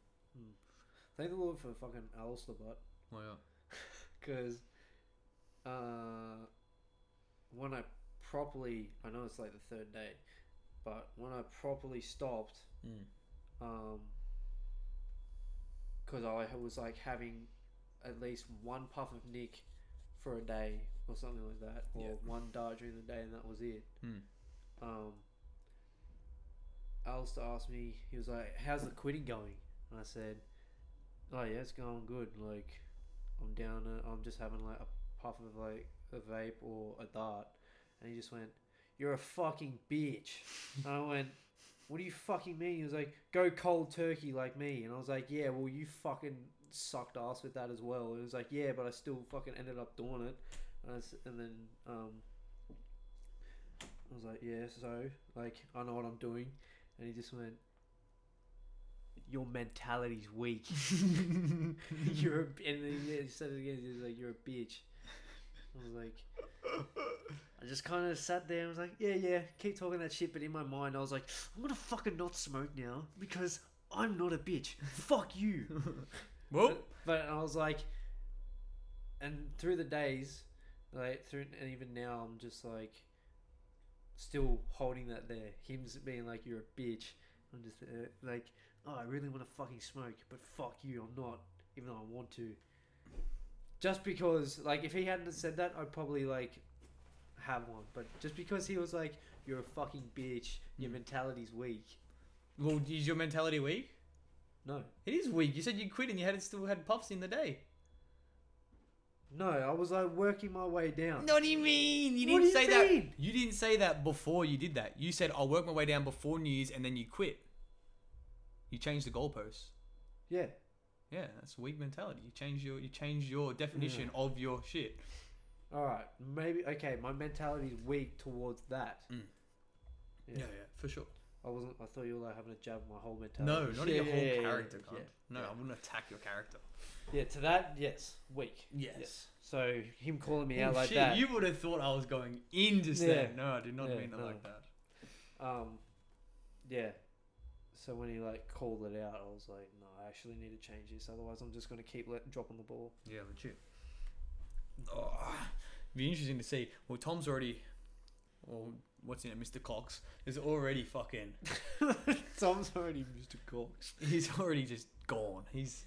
Thank the Lord for fucking Alistair Butt, Wow. because uh, when I properly, I know it's like the third day, but when I properly stopped, Mm. um because i ha- was like having at least one puff of nick for a day or something like that or Yeah. one dart during the day and that was it Hmm. um alistair asked me he was like how's the quitting going and i said oh yeah it's going good like i'm down uh, i'm just having like a puff of like a vape or a dart and he just went you're a fucking bitch and i went what do you fucking mean? He was like, go cold turkey like me. And I was like, yeah, well, you fucking sucked ass with that as well. And he was like, yeah, but I still fucking ended up doing it. And, I s and then um, I was like, yeah, so, like, I know what I'm doing. And he just went, your mentality's weak. [LAUGHS] you're a, b- and then he said it again. He was like, you're a bitch. I was like, I just kind of sat there and was like, yeah, yeah, keep talking that shit. But in my mind, I was like, I'm gonna fucking not smoke now because I'm not a bitch. Fuck you. Well, But I was like, and through the days, like through, and even now, I'm just like, still holding that there. Him being like, you're a bitch. I'm just uh, like, oh, I really want to fucking smoke, but fuck you, I'm not, even though I want to. Just because, like, if he hadn't said that, I'd probably like have one. But just because he was like, you're a fucking bitch, your mentality's weak. well, is your mentality weak? No, It is weak. You said you quit and you had still had puffs in the day. no, I was like working my way down. What do you mean? You didn't What do say you that. mean? You didn't say that before you did that. You said I'll work my way down before New Year's, and then you quit. You changed the goalposts. Yeah. Yeah, that's weak mentality. You change your you change your definition of your shit. All right, maybe okay. My mentality's weak towards that. Mm. Yeah. for sure. I wasn't. I thought you were like having a jab at my whole No, mentality. not Yeah, in your yeah, yeah, whole yeah, character. Yeah, cunt. No, I wouldn't attack your character. yeah. To that, yes, weak. Yes. So him calling me Oh, out like shit, that. you would have thought I was going in just then. Yeah. No, I did not Yeah, mean it no. like that. Um. Yeah. So when he like called it out, I was like, no, I actually need to change this. Otherwise, I'm just gonna keep let, dropping the ball. [LAUGHS] Yeah, legit. Oh, be interesting to see. Well, Tom's already. Well, what's in it? Mr. Cox is already fucking. [LAUGHS] Tom's already Mr. Cox. He's already just gone. [SIGHS] He's.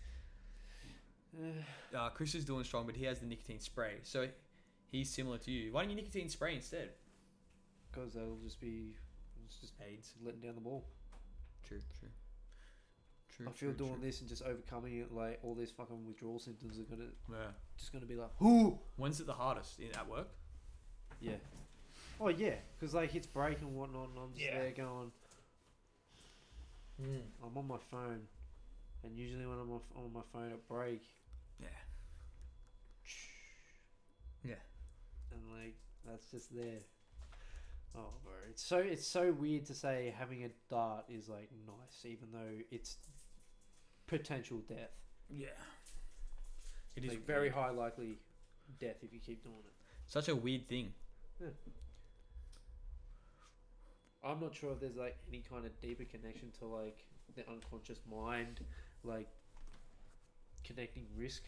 Uh, Chris is doing strong, but he has the nicotine spray, so he's similar to you. Why don't you nicotine spray instead? Because that'll just be it's just AIDS. letting down the ball. True. True. True. I feel true, doing this and just overcoming it, like all these fucking withdrawal symptoms are gonna true. Yeah. just gonna be like, [LAUGHS] who? When's it the hardest in, at work? Yeah. Oh yeah, because like it's break and whatnot, and I'm just Yeah. there going, Hmm. I'm on my phone, and usually when I'm off, on my phone at break, [SNIFFS] Yeah. Yeah. and like that's just there. Oh, bro, it's so it's so weird to say having a dart is like nice, even though it's potential death. Yeah. It is Like very high likely death if you keep doing it. such a weird thing. I'm not sure if there's like any kind of deeper connection to like the unconscious mind, like connecting risk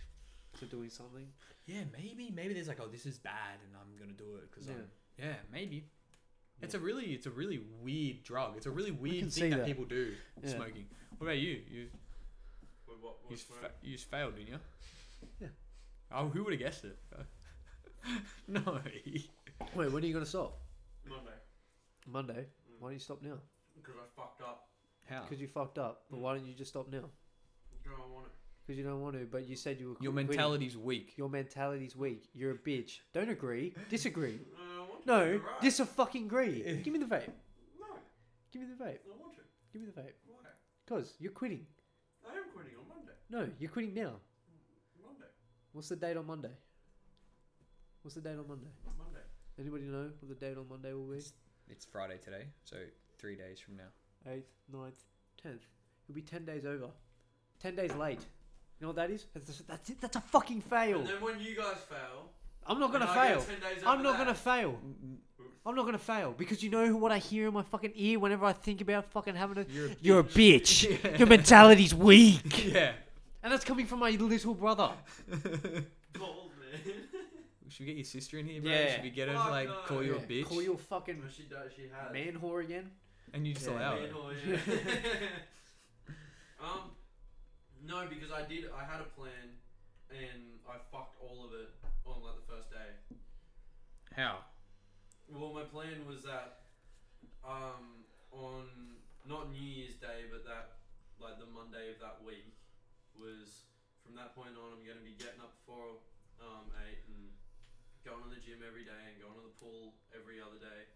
to doing something. Yeah, maybe maybe there's like oh this is bad and I'm gonna do it because Yeah. I'm yeah maybe. It's a really it's a really weird drug. It's a really weird see thing that, that. people do Yeah. smoking. What about you? You Wait, what, you, what's fa- my- you just failed, didn't you? Yeah. [LAUGHS] Oh, who would have guessed it? [LAUGHS] no. Wait, when are you gonna stop? Monday. Monday. Why don't you stop now? Because I fucked up. How? Because you fucked up. But why don't you just stop now? Because I want it. Because you don't want to. But you said you were. Your quitting. mentality's weak. Your mentality's weak. You're a bitch. Don't agree. Disagree. No, Uh, I want to. No, You're right. dis a fucking agree. Give me the vape. No, Give me the vape. I want to. Give me the vape. Why? Cause you're quitting. I am quitting on Monday. No, you're quitting now. Monday. What's the date on Monday? What's the date on Monday? Monday. Anybody know what the date on Monday will be? It's Friday today, so three days from now. Eighth, 9th, tenth. It'll be ten days over. Ten days late. You know what that is? That's, that's it. That's a fucking fail. And then when you guys fail, I'm not gonna And I fail. get 10 days I'm after not that. gonna fail. Mm, I'm not gonna fail because you know what I hear in my fucking ear whenever I think about fucking having a. You're [LAUGHS] a, bitch. Your mentality's weak. [LAUGHS] Yeah. [LAUGHS] And that's coming from my little brother. gold, man. Should we get your sister in here, bro? Yeah. Should we get her to Fuck like no. call you a Yeah, bitch? Call you a fucking But she does. She has. man whore again. and you just Yeah. allow Man, it. oh, yeah. [LAUGHS] um, no, because I did. I had a plan, and I fucked all of it on like the first day. How? Well, my plan was that, um, on not New Year's Day, but that like the Monday of that week was from that point on. I'm gonna be getting up before um, eight and going to the gym every day and going to the pool every other day,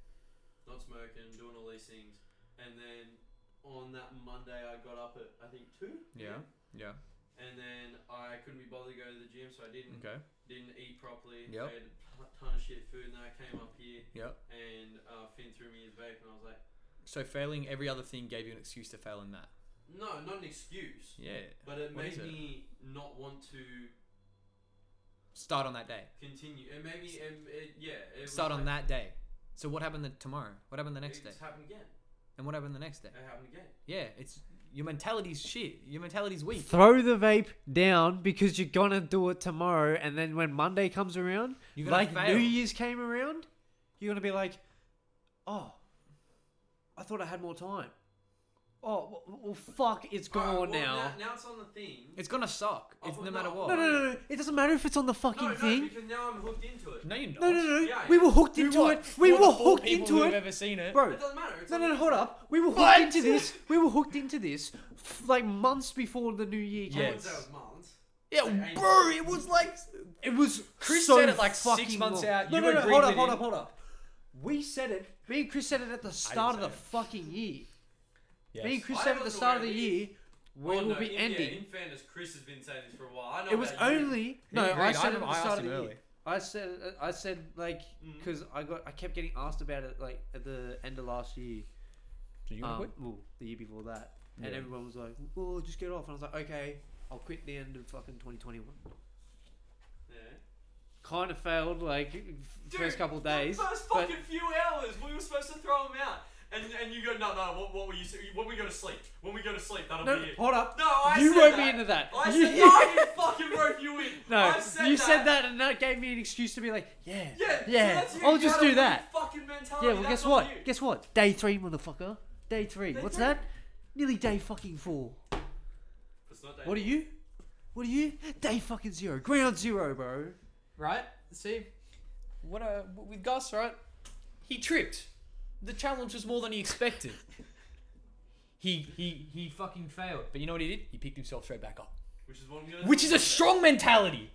not smoking, doing all these things, and then on that Monday I got up at I think two. Yeah. Yeah. And then I couldn't be bothered to go to the gym, so I didn't Okay. didn't eat properly. Yep. I had a ton of shit food, and then I came up here Yep. and uh, Finn threw me his vape, and I was like, So failing every other thing gave you an excuse to fail in that. no, not an excuse, Yeah. but it What made is it? me not want to Start on that day. continue. It made me, it, it, yeah. It was Start on that like- day. So what happened the, tomorrow? What happened the next It day? just happened again. And what happened the next day? It happened again. Yeah, it's your mentality's shit. Your mentality's weak. Throw the vape down because you're gonna do it tomorrow, and then when Monday comes around, You're gonna like fail. New Year's came around, you're gonna be like, "Oh, I thought I had more time. Oh, well, well fuck, it's gone Alright, well, now." now. Now it's on the thing. It's gonna suck. Oh, It's no no. matter what. No, no, no, no. It doesn't matter if it's on the fucking no, no, thing. because now I'm hooked into it. No, you're not. No, no, no. Yeah, We yeah. were hooked You into what? it. We You're were the four hooked people into who've it, ever seen it. bro. It doesn't matter. It's No, on no, the no, hold thing. up. We were hooked What? into this. We were hooked into this f- like months before the new year I came. wouldn't Yes. say it was months. Yeah, ain't- bro, it was like It was Chris so said it like six fucking months long. out, No, you no, no. agreed Hold with up, hold him. up, hold up. We said it. Me and Chris said it at the start of the say it. fucking year. yes. Me and Chris I said at the wasn't start of the aware of year, Oh, we Well, will Oh, no, be in, ending. Yeah, in fairness, Chris has been saying this for a while. I know it was about you. only no. agreed. I I said it at remember the I start asked of the him year. early. I said I said like Mm. because I got I kept getting asked about it like at the end of last year. Do you um, want to Well, the year before that, and Yeah. everyone was like, "Oh, just get off," and I was like, "Okay, I'll quit the end of fucking 2021." Yeah. Kind of failed like f- Dude, first couple the days, First but fucking few hours, we were supposed to throw him out, and and you go no no. What, what were you? say- When we go to sleep? When we go to sleep? That'll no, be it. hold up, No, I you said wrote me that. into that. [LAUGHS] I You- said no. I fucking wrote you in. [LAUGHS] no, I said you that. said that, and that gave me an excuse to be like, "Yeah, Yeah, yeah, that's your I'll just gotta do that." win Fucking mentality. Yeah, well, that's guess on what? you. Guess what? Day three, motherfucker. Day three. Day What's three. that? Nearly day fucking four. It's not What are you? What are you? Day fucking zero. Ground zero, bro. right? See, what uh, with Gus, right? He tripped. The challenge was more than he expected. [LAUGHS] he he he fucking failed. But you know what he did? He picked himself straight back up, Which is what I'm gonna. which do is a today. strong mentality.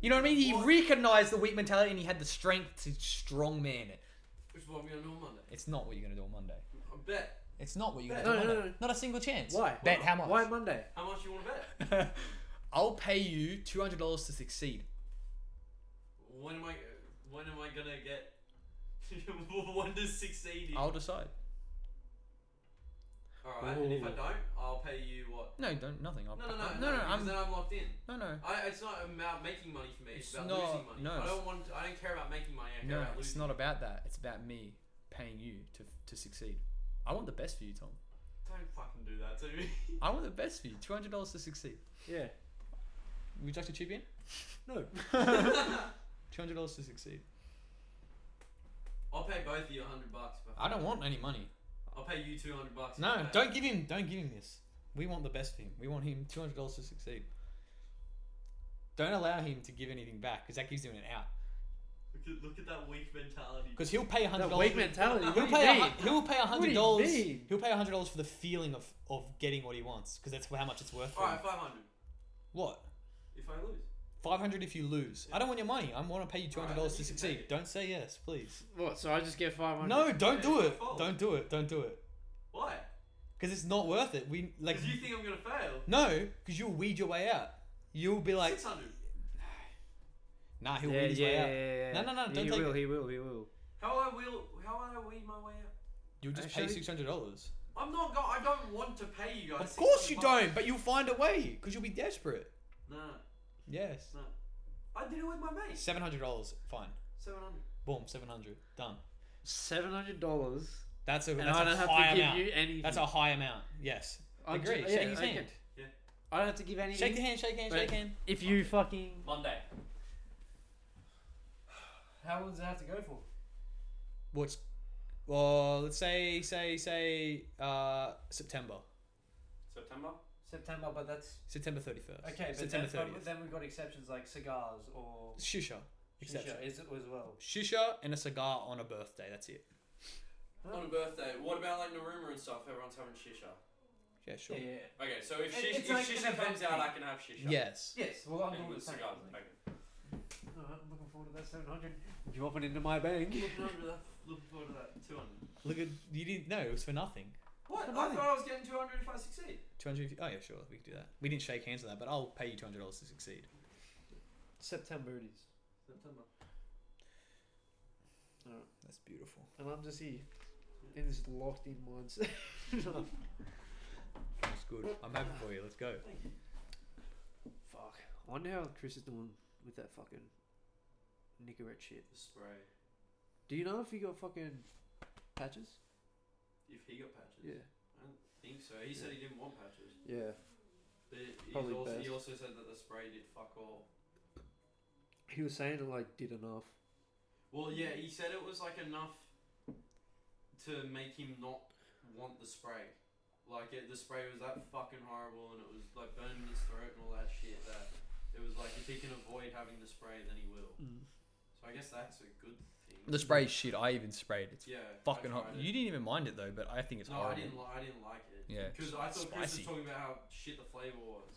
You know what I mean? He recognized the weak mentality and he had the strength to strong man it. Which is what I'm gonna do on Monday. It's not what you're gonna do on Monday. I bet. It's not what you're gonna No, do. on no, Monday. no. Not a single chance. Why? Bet how much? Why Monday? How much you want [LAUGHS] to bet? [LAUGHS] I'll pay you two hundred dollars to succeed. When am I? When am I gonna get [LAUGHS] One to six eighty. I'll decide. Alright, and if I Ooh. don't, I'll pay you what? No, don't nothing. I'll, No, no, no, I- no, no, I'm, then I'm locked in. no, no. I, it's not about making money for me. It's, It's about not- losing money. no, I it's- don't want. I don't care about making money. I care No, about it's losing. not about that. It's about me paying you to to succeed. I want the best for you, Tom. Don't fucking do that to me. [LAUGHS] I want the best for you. Two hundred dollars to succeed. Yeah. Would you like to chip in? [LAUGHS] No. [LAUGHS] Two hundred dollars to succeed. I'll pay both of you a hundred bucks. but I don't want any money. I'll pay you two hundred bucks. No, Okay. don't give him. Don't give him this. We want the best for him. We want him two hundred dollars to succeed. Don't allow him to give anything back because that gives him an out. Look at, look at that weak mentality. Because he'll pay hundred That dollars. weak mentality. What do He'll you pay. A, mean? hun- he'll pay do hundred you dollars. mean? He'll pay hundred dollars for the feeling of of getting what he wants because that's how much it's worth. For All him. right, five hundred. What? If I lose, Five hundred if you lose. I don't want your money. I want to pay you two Alright, hundred dollars then to you can take succeed. it. Don't say yes, please. What? So I just get five hundred? No, don't do your it. fault. Don't do it. Don't do it. why? Because it's not worth it. We like Because you think I'm gonna fail. no, because you'll weed your way out. You'll be like, Six hundred. nah, he'll Yeah, weed his yeah, way yeah, out. yeah, No, no, no, He don't take will, it. He will. He will. How I will? How will I weed my way out? You'll just pay Actually- six hundred dollars. I'm not. Go- I don't want to pay you guys. Of course you 600 bucks. don't, but you'll find a way because you'll be desperate. No, Yes. Mm. no. I did it with my mate. Seven hundred dollars. Fine. Seven hundred. Boom. Seven hundred. Done. Seven hundred dollars, That's a and that's I a don't have high to give amount. you anything. That's a high amount. Yes. I ju- Agree. yeah, shake his okay. hand. I don't have to give anything. Shake the hand. Shake hand. But Shake hand. If you fucking Monday. How long does it have to go for? What's well? Let's say say say uh, September. September. September, but that's September thirty first. okay. But then, September but thirtieth. then we've got exceptions like cigars or Shisha. Exception. shisha is as well. Shisha and a cigar on a birthday. That's it. On a birthday. What about like Naruma and stuff? Everyone's having shisha. Yeah. Sure. Okay, so if It- it's shisha, if like an shisha event comes out, thing. I can have shisha. Yes. Yes, well, I'm And doing the with same. cigars. thing. Okay. Alright, I'm looking forward to that 700. you open into my bank, Looking forward to that. Looking forward to that. Two hundred. Look at you didn't know it was for nothing. What? I the thought money? I was getting two hundred if I succeed. Two hundred. Oh yeah, sure. We can do that. We didn't shake hands on that, but I'll pay you two hundred dollars to succeed. September it is, September. That's beautiful. and I'm just here in this locked in mindset. [LAUGHS] That's good. I'm happy for you. Let's go. Fuck. I wonder how Chris is doing with that fucking Nicorette shit. The spray. Do you know if he got fucking patches? If he got patches. Yeah. I don't think so. He said he didn't want patches. Yeah. But he's Probably also, he best. also said that the spray did fuck all. He was saying it like did enough. Well, yeah, he said it was like enough to make him not want the spray. Like it, the spray was that fucking horrible, and it was like burning his throat and all that shit. That it was like if he can avoid having the spray, then he will. So I guess that's a good thing. The spray shit. I even sprayed. It's Yeah. I fucking hot. tried it. You didn't even mind it though, but I think it's no, horrible. I didn't. Li- I didn't like it. Yeah, Because I thought Chris spicy. was talking about how shit the flavor was,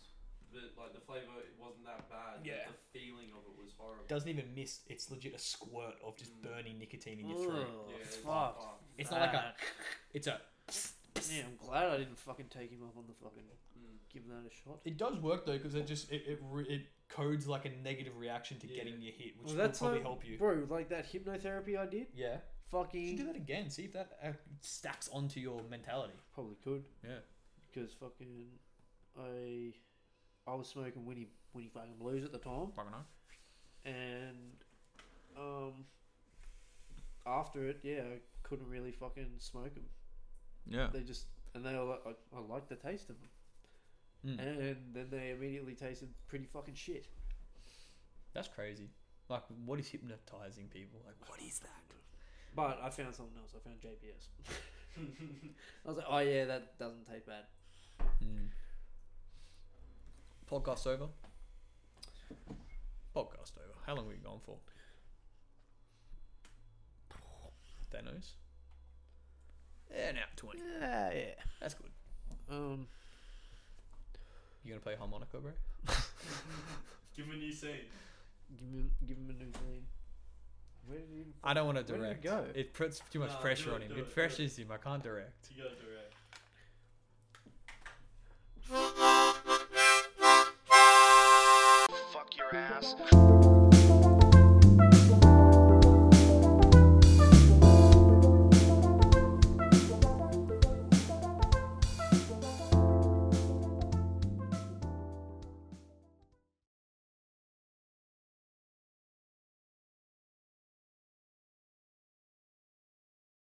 but like the flavor it wasn't that bad. but Yeah. The feeling of it was horrible. doesn't even miss. It's legit a squirt of just Mm. burning nicotine in your throat. yeah, it was fuck. fucked. It's not like oh, a. It's a. Yeah, I'm glad I didn't fucking take him up on the fucking Hmm. Mm. give that a shot. It does work though, because it just it it, re- it codes like a negative reaction to Yeah. getting you hit, which Well, will that's probably like- help you. Bro, like that hypnotherapy I did, Yeah, you should do fucking that again. See if that uh, stacks onto your mentality. probably could Yeah. because fucking I I was smoking Winnie Winnie fucking Blues at the time. Fucking hell. and um, after it, yeah, I couldn't really fucking smoke them. Yeah. They just and they were like, I, I like the taste of them, Mm. and then they immediately tasted pretty fucking shit. That's crazy. Like, what is hypnotizing people? Like, what is that? But I found something else. I found JPS. [LAUGHS] I was like, oh yeah, that doesn't taste bad. Mm. Podcast over. Podcast over. How long were you gone for? Thanos. Yeah, now twenty. Yeah, yeah. That's good. Um, You gonna play harmonica, bro? Give him a new scene. give me give him a new thing. Where did he? I don't want to Where did it direct. go? It puts too much Nah, pressure do it, on him. do It, it, do it. pressures him. I can't direct. You gotta do it.